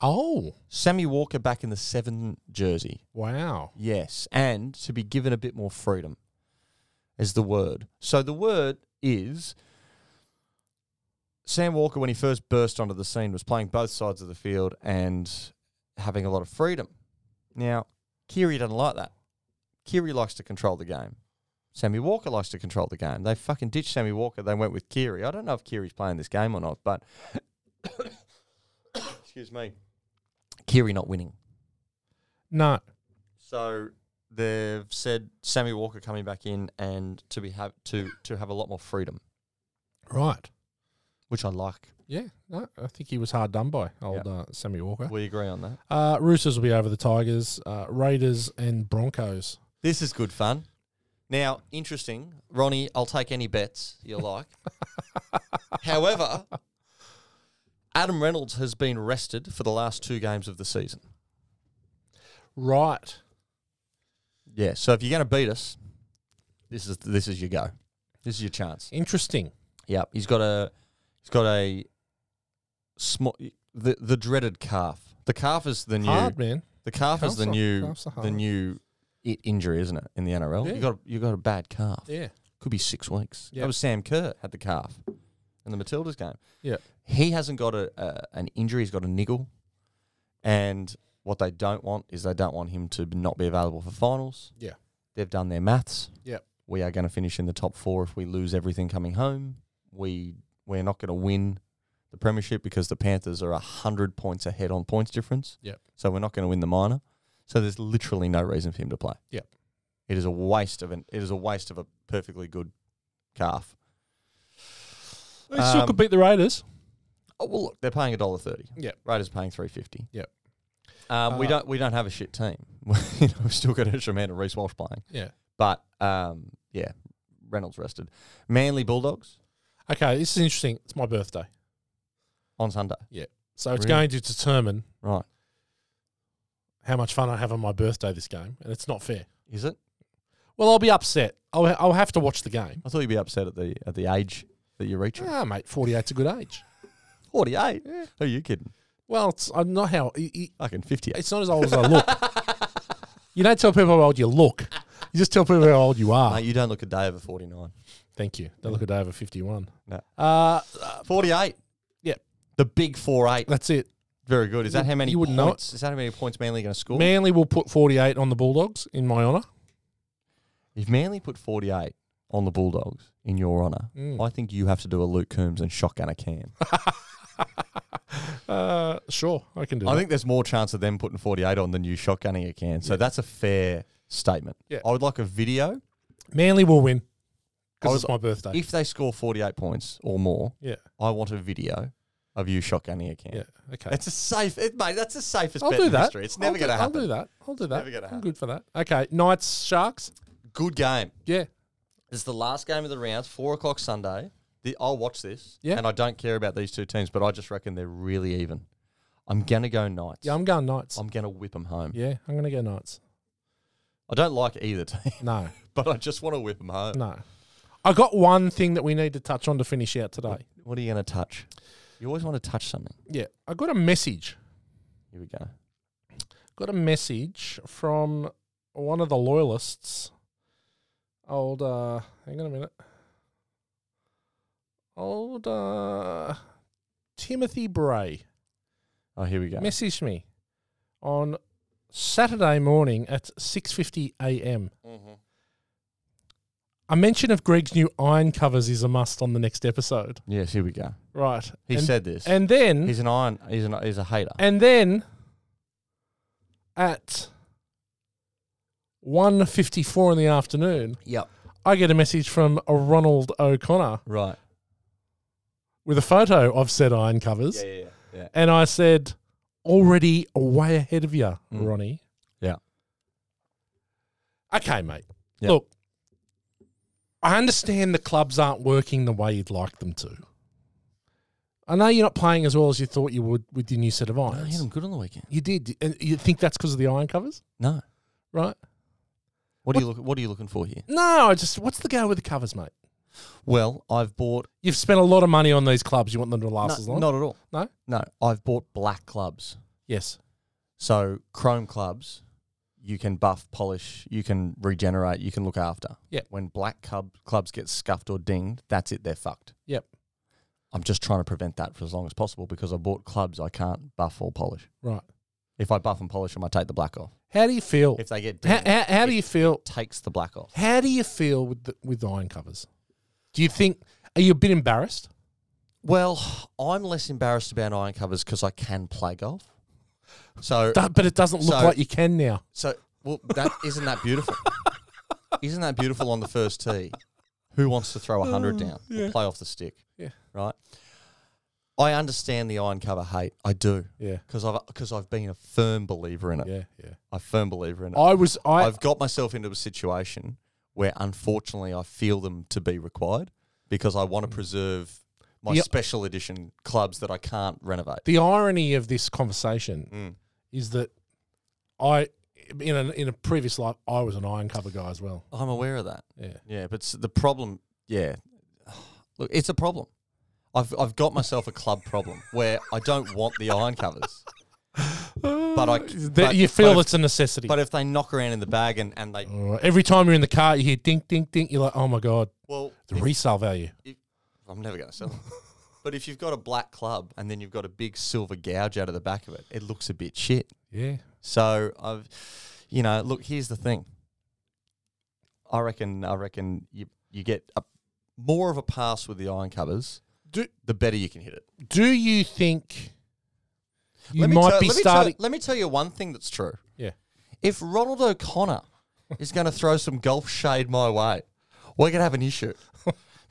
[SPEAKER 1] Oh,
[SPEAKER 2] Sammy Walker back in the seven jersey.
[SPEAKER 1] wow.
[SPEAKER 2] Yes, and to be given a bit more freedom, is the word. So the word is. Sam Walker, when he first burst onto the scene, was playing both sides of the field and having a lot of freedom. Now, Kiri doesn't like that. Kiri likes to control the game. Sammy Walker likes to control the game. They fucking ditched Sammy Walker. They went with Kiri. I don't know if Kiri's playing this game or not, but (coughs) excuse me, Kiri not winning.
[SPEAKER 1] No,
[SPEAKER 2] So they've said Sammy Walker coming back in and to be have to to have a lot more freedom,
[SPEAKER 1] right.
[SPEAKER 2] which I like.
[SPEAKER 1] Yeah, no, I think he was hard done by old uh, Sammy Walker.
[SPEAKER 2] We agree on that.
[SPEAKER 1] Uh, Roosters will be over the Tigers, uh, Raiders and Broncos.
[SPEAKER 2] This is good fun. Now, interesting, Ronnie. I'll take any bets you (laughs) like. However, Adam Reynolds has been rested for the last two games of the season.
[SPEAKER 1] Right.
[SPEAKER 2] Yeah. So if you're going to beat us, this is this is your go. This is your chance.
[SPEAKER 1] Interesting.
[SPEAKER 2] Yep. He's got a he's got a small the the dreaded calf. The calf is the new
[SPEAKER 1] Hard, man.
[SPEAKER 2] the calf is
[SPEAKER 1] Calves
[SPEAKER 2] the
[SPEAKER 1] are-
[SPEAKER 2] new
[SPEAKER 1] calves are
[SPEAKER 2] the
[SPEAKER 1] hard.
[SPEAKER 2] new it injury, isn't it? In the NRL,
[SPEAKER 1] Yeah.
[SPEAKER 2] you got you got a bad calf.
[SPEAKER 1] Yeah.
[SPEAKER 2] could be six weeks.
[SPEAKER 1] Yep.
[SPEAKER 2] That was Sam Kerr had the calf in the Matildas game.
[SPEAKER 1] Yeah.
[SPEAKER 2] he hasn't got a, a an injury. He's got a niggle, and what they don't want is they don't want him to b- not be available for finals.
[SPEAKER 1] Yeah.
[SPEAKER 2] they've done their maths.
[SPEAKER 1] Yep.
[SPEAKER 2] we are going to finish in the top four if we lose everything coming home. We we're not going to win the premiership because the Panthers are hundred points ahead on points difference.
[SPEAKER 1] Yep.
[SPEAKER 2] so we're not going to win the minor. So there's literally no reason for him to play.
[SPEAKER 1] Yep.
[SPEAKER 2] it is a waste of an it is a waste of a perfectly good calf.
[SPEAKER 1] They still
[SPEAKER 2] Um,
[SPEAKER 1] could beat the Raiders.
[SPEAKER 2] Oh well, look, they're paying a dollar thirty.
[SPEAKER 1] Yep.
[SPEAKER 2] Raiders are paying three fifty.
[SPEAKER 1] Yep.
[SPEAKER 2] Um, we
[SPEAKER 1] Uh,
[SPEAKER 2] don't we don't have a shit team. (laughs) you know, we've still got Isham and Reese Walsh playing,
[SPEAKER 1] Yeah.
[SPEAKER 2] but um, yeah, Reynolds rested. Manly Bulldogs
[SPEAKER 1] Okay, this is interesting. It's my birthday.
[SPEAKER 2] on Sunday.
[SPEAKER 1] So it's
[SPEAKER 2] Really?
[SPEAKER 1] going to determine
[SPEAKER 2] Right?
[SPEAKER 1] how much fun I have on my birthday this game, and it's not fair.
[SPEAKER 2] Is it?
[SPEAKER 1] Well, I'll be upset. I'll, I'll have to watch the game.
[SPEAKER 2] I thought you'd be upset at the at the age that you're reaching.
[SPEAKER 1] Ah, mate, 48's a good age.
[SPEAKER 2] Forty eight. Who are you kidding?
[SPEAKER 1] Well, it's, I'm not how. i- i-
[SPEAKER 2] Fucking fifty eight.
[SPEAKER 1] It's not as old as I
[SPEAKER 2] (laughs)
[SPEAKER 1] look. you don't tell people how old you look. You just tell people how old you are.
[SPEAKER 2] Mate, you don't look a day over forty nine.
[SPEAKER 1] Thank you. They look a day over 51.
[SPEAKER 2] No.
[SPEAKER 1] Uh,
[SPEAKER 2] Forty eight.
[SPEAKER 1] Yeah.
[SPEAKER 2] The big four eight.
[SPEAKER 1] that's it.
[SPEAKER 2] Very good. Is that how many
[SPEAKER 1] You wouldn't know it.
[SPEAKER 2] points? Is that how many points Manly going to score?
[SPEAKER 1] Manly will put 48 on the Bulldogs in my honour.
[SPEAKER 2] if Manly put forty eight on the Bulldogs in your honour,
[SPEAKER 1] Mm.
[SPEAKER 2] I think you have to do a Luke Coombs and shotgun a can.
[SPEAKER 1] Uh, sure, I can do
[SPEAKER 2] I
[SPEAKER 1] that.
[SPEAKER 2] think there's more chance of them putting 48 on than you shotgunning a can. So
[SPEAKER 1] Yeah.
[SPEAKER 2] that's a fair statement.
[SPEAKER 1] Yeah.
[SPEAKER 2] I would like a video
[SPEAKER 1] Manly will win
[SPEAKER 2] I
[SPEAKER 1] because
[SPEAKER 2] was-
[SPEAKER 1] it's my birthday.
[SPEAKER 2] if they score 48 points or more.
[SPEAKER 1] yeah,
[SPEAKER 2] I want a video of you shotgunning a can.
[SPEAKER 1] yeah, okay.
[SPEAKER 2] That's a safe, it, mate. That's the safest
[SPEAKER 1] I'll
[SPEAKER 2] bet
[SPEAKER 1] do
[SPEAKER 2] in
[SPEAKER 1] that.
[SPEAKER 2] history. It's never
[SPEAKER 1] I'll do-
[SPEAKER 2] going to happen.
[SPEAKER 1] I'll do that. I'll do that.
[SPEAKER 2] never gonna
[SPEAKER 1] I'm
[SPEAKER 2] happen.
[SPEAKER 1] good for that. Okay, Knights, Sharks.
[SPEAKER 2] Good game.
[SPEAKER 1] Yeah,
[SPEAKER 2] It's the last game of the rounds, four o'clock Sunday. The, I'll watch this.
[SPEAKER 1] Yeah.
[SPEAKER 2] And I don't care about these two teams, but I just reckon they're really even. I'm going to go Knights.
[SPEAKER 1] yeah, I'm going Knights.
[SPEAKER 2] I'm going to whip them home.
[SPEAKER 1] yeah, I'm going to go Knights.
[SPEAKER 2] I don't like either (laughs) team,
[SPEAKER 1] No,
[SPEAKER 2] but I just want to whip them home.
[SPEAKER 1] no. I got one thing that we need to touch on to finish out today.
[SPEAKER 2] What are you going to touch? You always want to touch something.
[SPEAKER 1] Yeah, I got a message.
[SPEAKER 2] Here we go.
[SPEAKER 1] Got a message from one of the loyalists. Old, uh, hang on a minute. Old, uh, Timothy Bray.
[SPEAKER 2] Oh, here we go.
[SPEAKER 1] messaged me on Saturday morning at 6:50 a.m.
[SPEAKER 2] Mm-hmm.
[SPEAKER 1] A mention of Greg's new iron covers is a must on the next episode.
[SPEAKER 2] Yes, here we go.
[SPEAKER 1] Right.
[SPEAKER 2] He
[SPEAKER 1] and,
[SPEAKER 2] said this.
[SPEAKER 1] and then
[SPEAKER 2] he's an iron. He's an. He's a hater.
[SPEAKER 1] and then at 1:54 in the afternoon,
[SPEAKER 2] Yep.
[SPEAKER 1] I get a message from a Ronald O'Connor
[SPEAKER 2] Right.
[SPEAKER 1] with a photo of said iron covers,
[SPEAKER 2] yeah, yeah.
[SPEAKER 1] and I said, "Already way ahead of you,
[SPEAKER 2] Mm.
[SPEAKER 1] Ronnie."
[SPEAKER 2] Yeah.
[SPEAKER 1] Okay, mate.
[SPEAKER 2] Yep.
[SPEAKER 1] Look, I understand the clubs aren't working the way you'd like them to. I know you're not playing as well as you thought you would with your new set of
[SPEAKER 2] No, he had
[SPEAKER 1] irons.
[SPEAKER 2] him good on the weekend.
[SPEAKER 1] you did. And you think that's because of the iron covers,
[SPEAKER 2] No.
[SPEAKER 1] right?
[SPEAKER 2] What are you look? What are you looking for here?
[SPEAKER 1] No, I just what's the go with the covers, mate?
[SPEAKER 2] Well, I've bought.
[SPEAKER 1] You've spent a lot of money on these clubs. You want them to
[SPEAKER 2] No,
[SPEAKER 1] last as long?
[SPEAKER 2] not at all.
[SPEAKER 1] No?
[SPEAKER 2] No. I've bought black clubs.
[SPEAKER 1] Yes.
[SPEAKER 2] So chrome clubs, you can buff, polish, you can regenerate, you can look after.
[SPEAKER 1] Yep.
[SPEAKER 2] When black club clubs get scuffed or dinged, that's it. They're fucked.
[SPEAKER 1] Yep.
[SPEAKER 2] I'm just trying to prevent that for as long as possible because I bought clubs I can't buff or polish.
[SPEAKER 1] Right.
[SPEAKER 2] If I buff and polish them, I take the black off.
[SPEAKER 1] How do you feel?
[SPEAKER 2] If they get
[SPEAKER 1] How,
[SPEAKER 2] dinged,
[SPEAKER 1] how, how do you feel?
[SPEAKER 2] takes the black off.
[SPEAKER 1] How do you feel with the, with the iron covers? Do you think are you a bit embarrassed?
[SPEAKER 2] Well, I'm less embarrassed about iron covers because I can play golf. So,
[SPEAKER 1] Do- but it doesn't look
[SPEAKER 2] So-
[SPEAKER 1] like you can now.
[SPEAKER 2] so well, that isn't that beautiful. isn't that beautiful on the first tee? Who wants to throw a hundred down or play off the stick?
[SPEAKER 1] Yeah.
[SPEAKER 2] right. I understand the iron cover hate. I do
[SPEAKER 1] Yeah,
[SPEAKER 2] because I've because I've been a firm believer in it.
[SPEAKER 1] yeah, yeah.
[SPEAKER 2] A firm believer in it.
[SPEAKER 1] I was I
[SPEAKER 2] I've got myself into a situation where unfortunately I feel them to be required because I
[SPEAKER 1] Mm.
[SPEAKER 2] want to preserve my
[SPEAKER 1] Yep.
[SPEAKER 2] special edition clubs that I can't renovate.
[SPEAKER 1] the irony of this conversation
[SPEAKER 2] Mm.
[SPEAKER 1] is that I in a in a previous life I was an iron cover guy as well.
[SPEAKER 2] I'm aware of that.
[SPEAKER 1] Yeah.
[SPEAKER 2] Yeah, but s- the problem, yeah. (sighs) Look, it's a problem. I've I've got myself a
[SPEAKER 1] (laughs)
[SPEAKER 2] club problem where I don't want the iron covers. But I
[SPEAKER 1] That
[SPEAKER 2] but-
[SPEAKER 1] you feel
[SPEAKER 2] but if,
[SPEAKER 1] it's a necessity.
[SPEAKER 2] but if they knock around in the bag and, and they
[SPEAKER 1] All right. Every time you're in the car, you hear dink, dink, dink. You're like, oh my god,
[SPEAKER 2] well
[SPEAKER 1] the resale value.
[SPEAKER 2] I'm never going to
[SPEAKER 1] (laughs)
[SPEAKER 2] sell them. but if you've got a black club and then you've got a big silver gouge out of the back of it, it looks a bit shit.
[SPEAKER 1] Yeah,
[SPEAKER 2] So I've, you know, look. Here's the thing. I reckon. I reckon you you get a, more of a pass with the iron covers.
[SPEAKER 1] Do-
[SPEAKER 2] the better you can hit it.
[SPEAKER 1] do you think you
[SPEAKER 2] me
[SPEAKER 1] might
[SPEAKER 2] tell-
[SPEAKER 1] be
[SPEAKER 2] let me tell-
[SPEAKER 1] starting?
[SPEAKER 2] let me tell you one thing that's true.
[SPEAKER 1] yeah,
[SPEAKER 2] If
[SPEAKER 1] (laughs)
[SPEAKER 2] Ronald O'Connor is going to throw some golf shade my way, we're going to have
[SPEAKER 1] (laughs)
[SPEAKER 2] an issue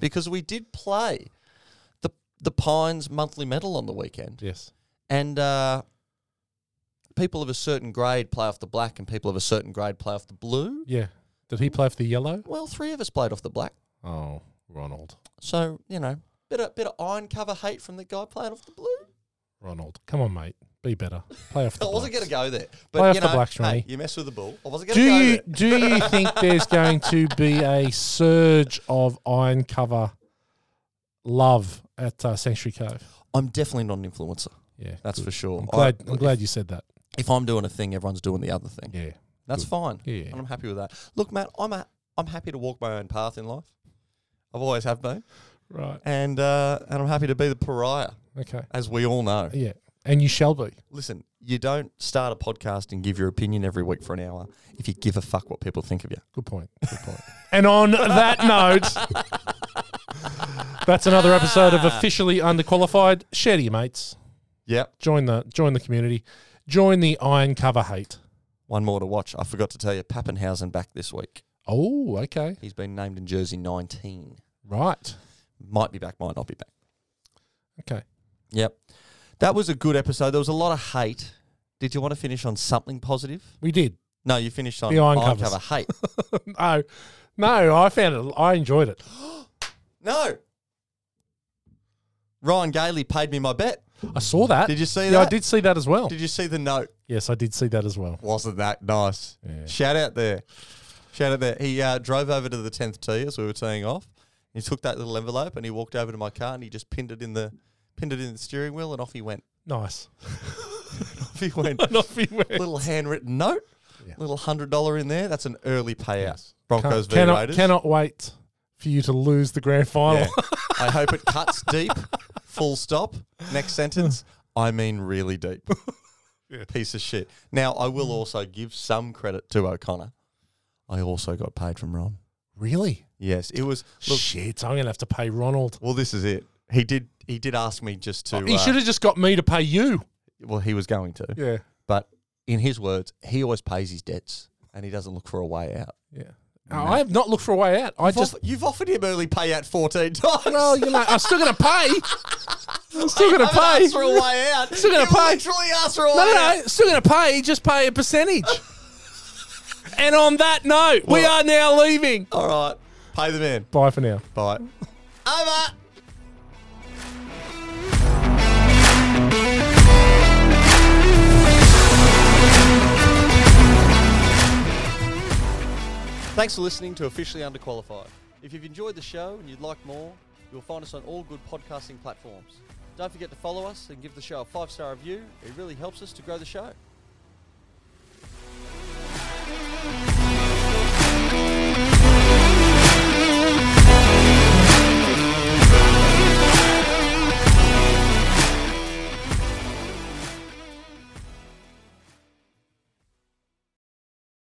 [SPEAKER 2] because we did play the the Pines monthly medal on the weekend.
[SPEAKER 1] yes.
[SPEAKER 2] And uh, people of a certain grade play off the black and people of a certain grade play off the blue.
[SPEAKER 1] Yeah. Did he play for the yellow?
[SPEAKER 2] Well, three of us played off the black.
[SPEAKER 1] Oh, Ronald.
[SPEAKER 2] So, you know, bit of, bit of iron cover hate from the guy playing off the blue. (laughs)
[SPEAKER 1] Ronald. Come on, mate. Be better. Play off the
[SPEAKER 2] I wasn't going
[SPEAKER 1] blacks.
[SPEAKER 2] to go there. But,
[SPEAKER 1] Play
[SPEAKER 2] you
[SPEAKER 1] off the
[SPEAKER 2] know,
[SPEAKER 1] blacks,
[SPEAKER 2] hey,
[SPEAKER 1] Ronnie.
[SPEAKER 2] you mess with the ball. I wasn't going
[SPEAKER 1] Do
[SPEAKER 2] to go
[SPEAKER 1] you
[SPEAKER 2] there.
[SPEAKER 1] do you think there's going to be a surge of iron cover love at uh, Sanctuary Cove?
[SPEAKER 2] I'm definitely not an influencer.
[SPEAKER 1] Yeah,
[SPEAKER 2] That's
[SPEAKER 1] good.
[SPEAKER 2] for sure.
[SPEAKER 1] I'm
[SPEAKER 2] Uh, I-
[SPEAKER 1] glad. I, am glad you said that.
[SPEAKER 2] If I'm doing a thing, everyone's doing the other thing.
[SPEAKER 1] Yeah,
[SPEAKER 2] That's fine.
[SPEAKER 1] yeah.
[SPEAKER 2] And I'm happy with that. Look, Matt, I'm a, I'm happy to walk my own path in life. I've always have been.
[SPEAKER 1] Right.
[SPEAKER 2] And uh, and I'm happy to be the pariah,
[SPEAKER 1] Okay.
[SPEAKER 2] as we all know.
[SPEAKER 1] Yeah, and you shall be.
[SPEAKER 2] Listen, you don't start a podcast and give your opinion every week for an hour if you give a fuck what people think of you.
[SPEAKER 1] Good point. Good point. and on that note, that's another episode of officially underqualified. Share to your mates.
[SPEAKER 2] Yep.
[SPEAKER 1] Join the join the community. Join the iron cover hate.
[SPEAKER 2] One more to watch. I forgot to tell you, Pappenhausen back this week.
[SPEAKER 1] Oh, okay.
[SPEAKER 2] He's been named in jersey 19.
[SPEAKER 1] Right.
[SPEAKER 2] Might be back, might not be back.
[SPEAKER 1] Okay.
[SPEAKER 2] Yep. That was a good episode. There was a lot of hate. Did you want to finish on something positive?
[SPEAKER 1] We did. (laughs)
[SPEAKER 2] No, you finished on
[SPEAKER 1] The iron
[SPEAKER 2] iron
[SPEAKER 1] covers.
[SPEAKER 2] cover hate. (laughs)
[SPEAKER 1] Oh, no, I found it. I enjoyed it.
[SPEAKER 2] No. Ryan Gailey paid me my bet.
[SPEAKER 1] I saw that.
[SPEAKER 2] Did you see
[SPEAKER 1] Uh, yeah,
[SPEAKER 2] that?
[SPEAKER 1] I did see that as well.
[SPEAKER 2] Did you see the note?
[SPEAKER 1] yes, I did see that as well.
[SPEAKER 2] Wasn't that nice?
[SPEAKER 1] Yeah.
[SPEAKER 2] Shout out there. Shout out there. He uh, drove over to the 10th tee as we were teeing off. He took that little envelope and he walked over to my car and he just pinned it in the pinned it in the steering wheel and off he went. (laughs)
[SPEAKER 1] Nice.
[SPEAKER 2] Off he
[SPEAKER 1] (laughs)
[SPEAKER 2] went.
[SPEAKER 1] And off he went.
[SPEAKER 2] little handwritten note.
[SPEAKER 1] Yeah.
[SPEAKER 2] Little hundred dollar in there. That's an early payout.
[SPEAKER 1] Yes.
[SPEAKER 2] Broncos v
[SPEAKER 1] cannot,
[SPEAKER 2] Raiders.
[SPEAKER 1] cannot wait for you to lose the grand final.
[SPEAKER 2] Yeah. I hope it
[SPEAKER 1] (laughs)
[SPEAKER 2] cuts deep. Full stop. Next sentence. I mean really deep.
[SPEAKER 1] (laughs) Yeah.
[SPEAKER 2] Piece of shit. Now I will also give some credit to O'Connor. I also got paid from Ron.
[SPEAKER 1] (laughs) Really?
[SPEAKER 2] Yes, it was. Look,
[SPEAKER 1] Shit, I'm going to have to pay Ronald.
[SPEAKER 2] well, this is it. He did. He did ask me just to.
[SPEAKER 1] Oh, He
[SPEAKER 2] uh,
[SPEAKER 1] should have just got me to pay you.
[SPEAKER 2] well, he was going to,
[SPEAKER 1] Yeah.
[SPEAKER 2] but in his words, he always pays his debts and he doesn't look for a way out.
[SPEAKER 1] Yeah. I have not looked for a way out. I
[SPEAKER 2] You've
[SPEAKER 1] just.
[SPEAKER 2] off- you've offered him early payout fourteen times.
[SPEAKER 1] Well, you know, I'm still going to
[SPEAKER 2] (laughs)
[SPEAKER 1] pay. I'm still going to
[SPEAKER 2] I haven't
[SPEAKER 1] pay.
[SPEAKER 2] asked for a way out.
[SPEAKER 1] Still gonna
[SPEAKER 2] You
[SPEAKER 1] pay.
[SPEAKER 2] Literally asked for a
[SPEAKER 1] No,
[SPEAKER 2] way
[SPEAKER 1] no,
[SPEAKER 2] out.
[SPEAKER 1] no. Still going to pay. Just pay a percentage. (laughs) and on that note, we
[SPEAKER 2] Well-
[SPEAKER 1] are now leaving.
[SPEAKER 2] All right, pay the man.
[SPEAKER 1] Bye for now.
[SPEAKER 2] Bye. Over. Thanks for listening to Officially Underqualified. If you've enjoyed the show and you'd like more, you'll find us on all good podcasting platforms. Don't forget to follow us and give the show a five star review, it really helps us to grow the show.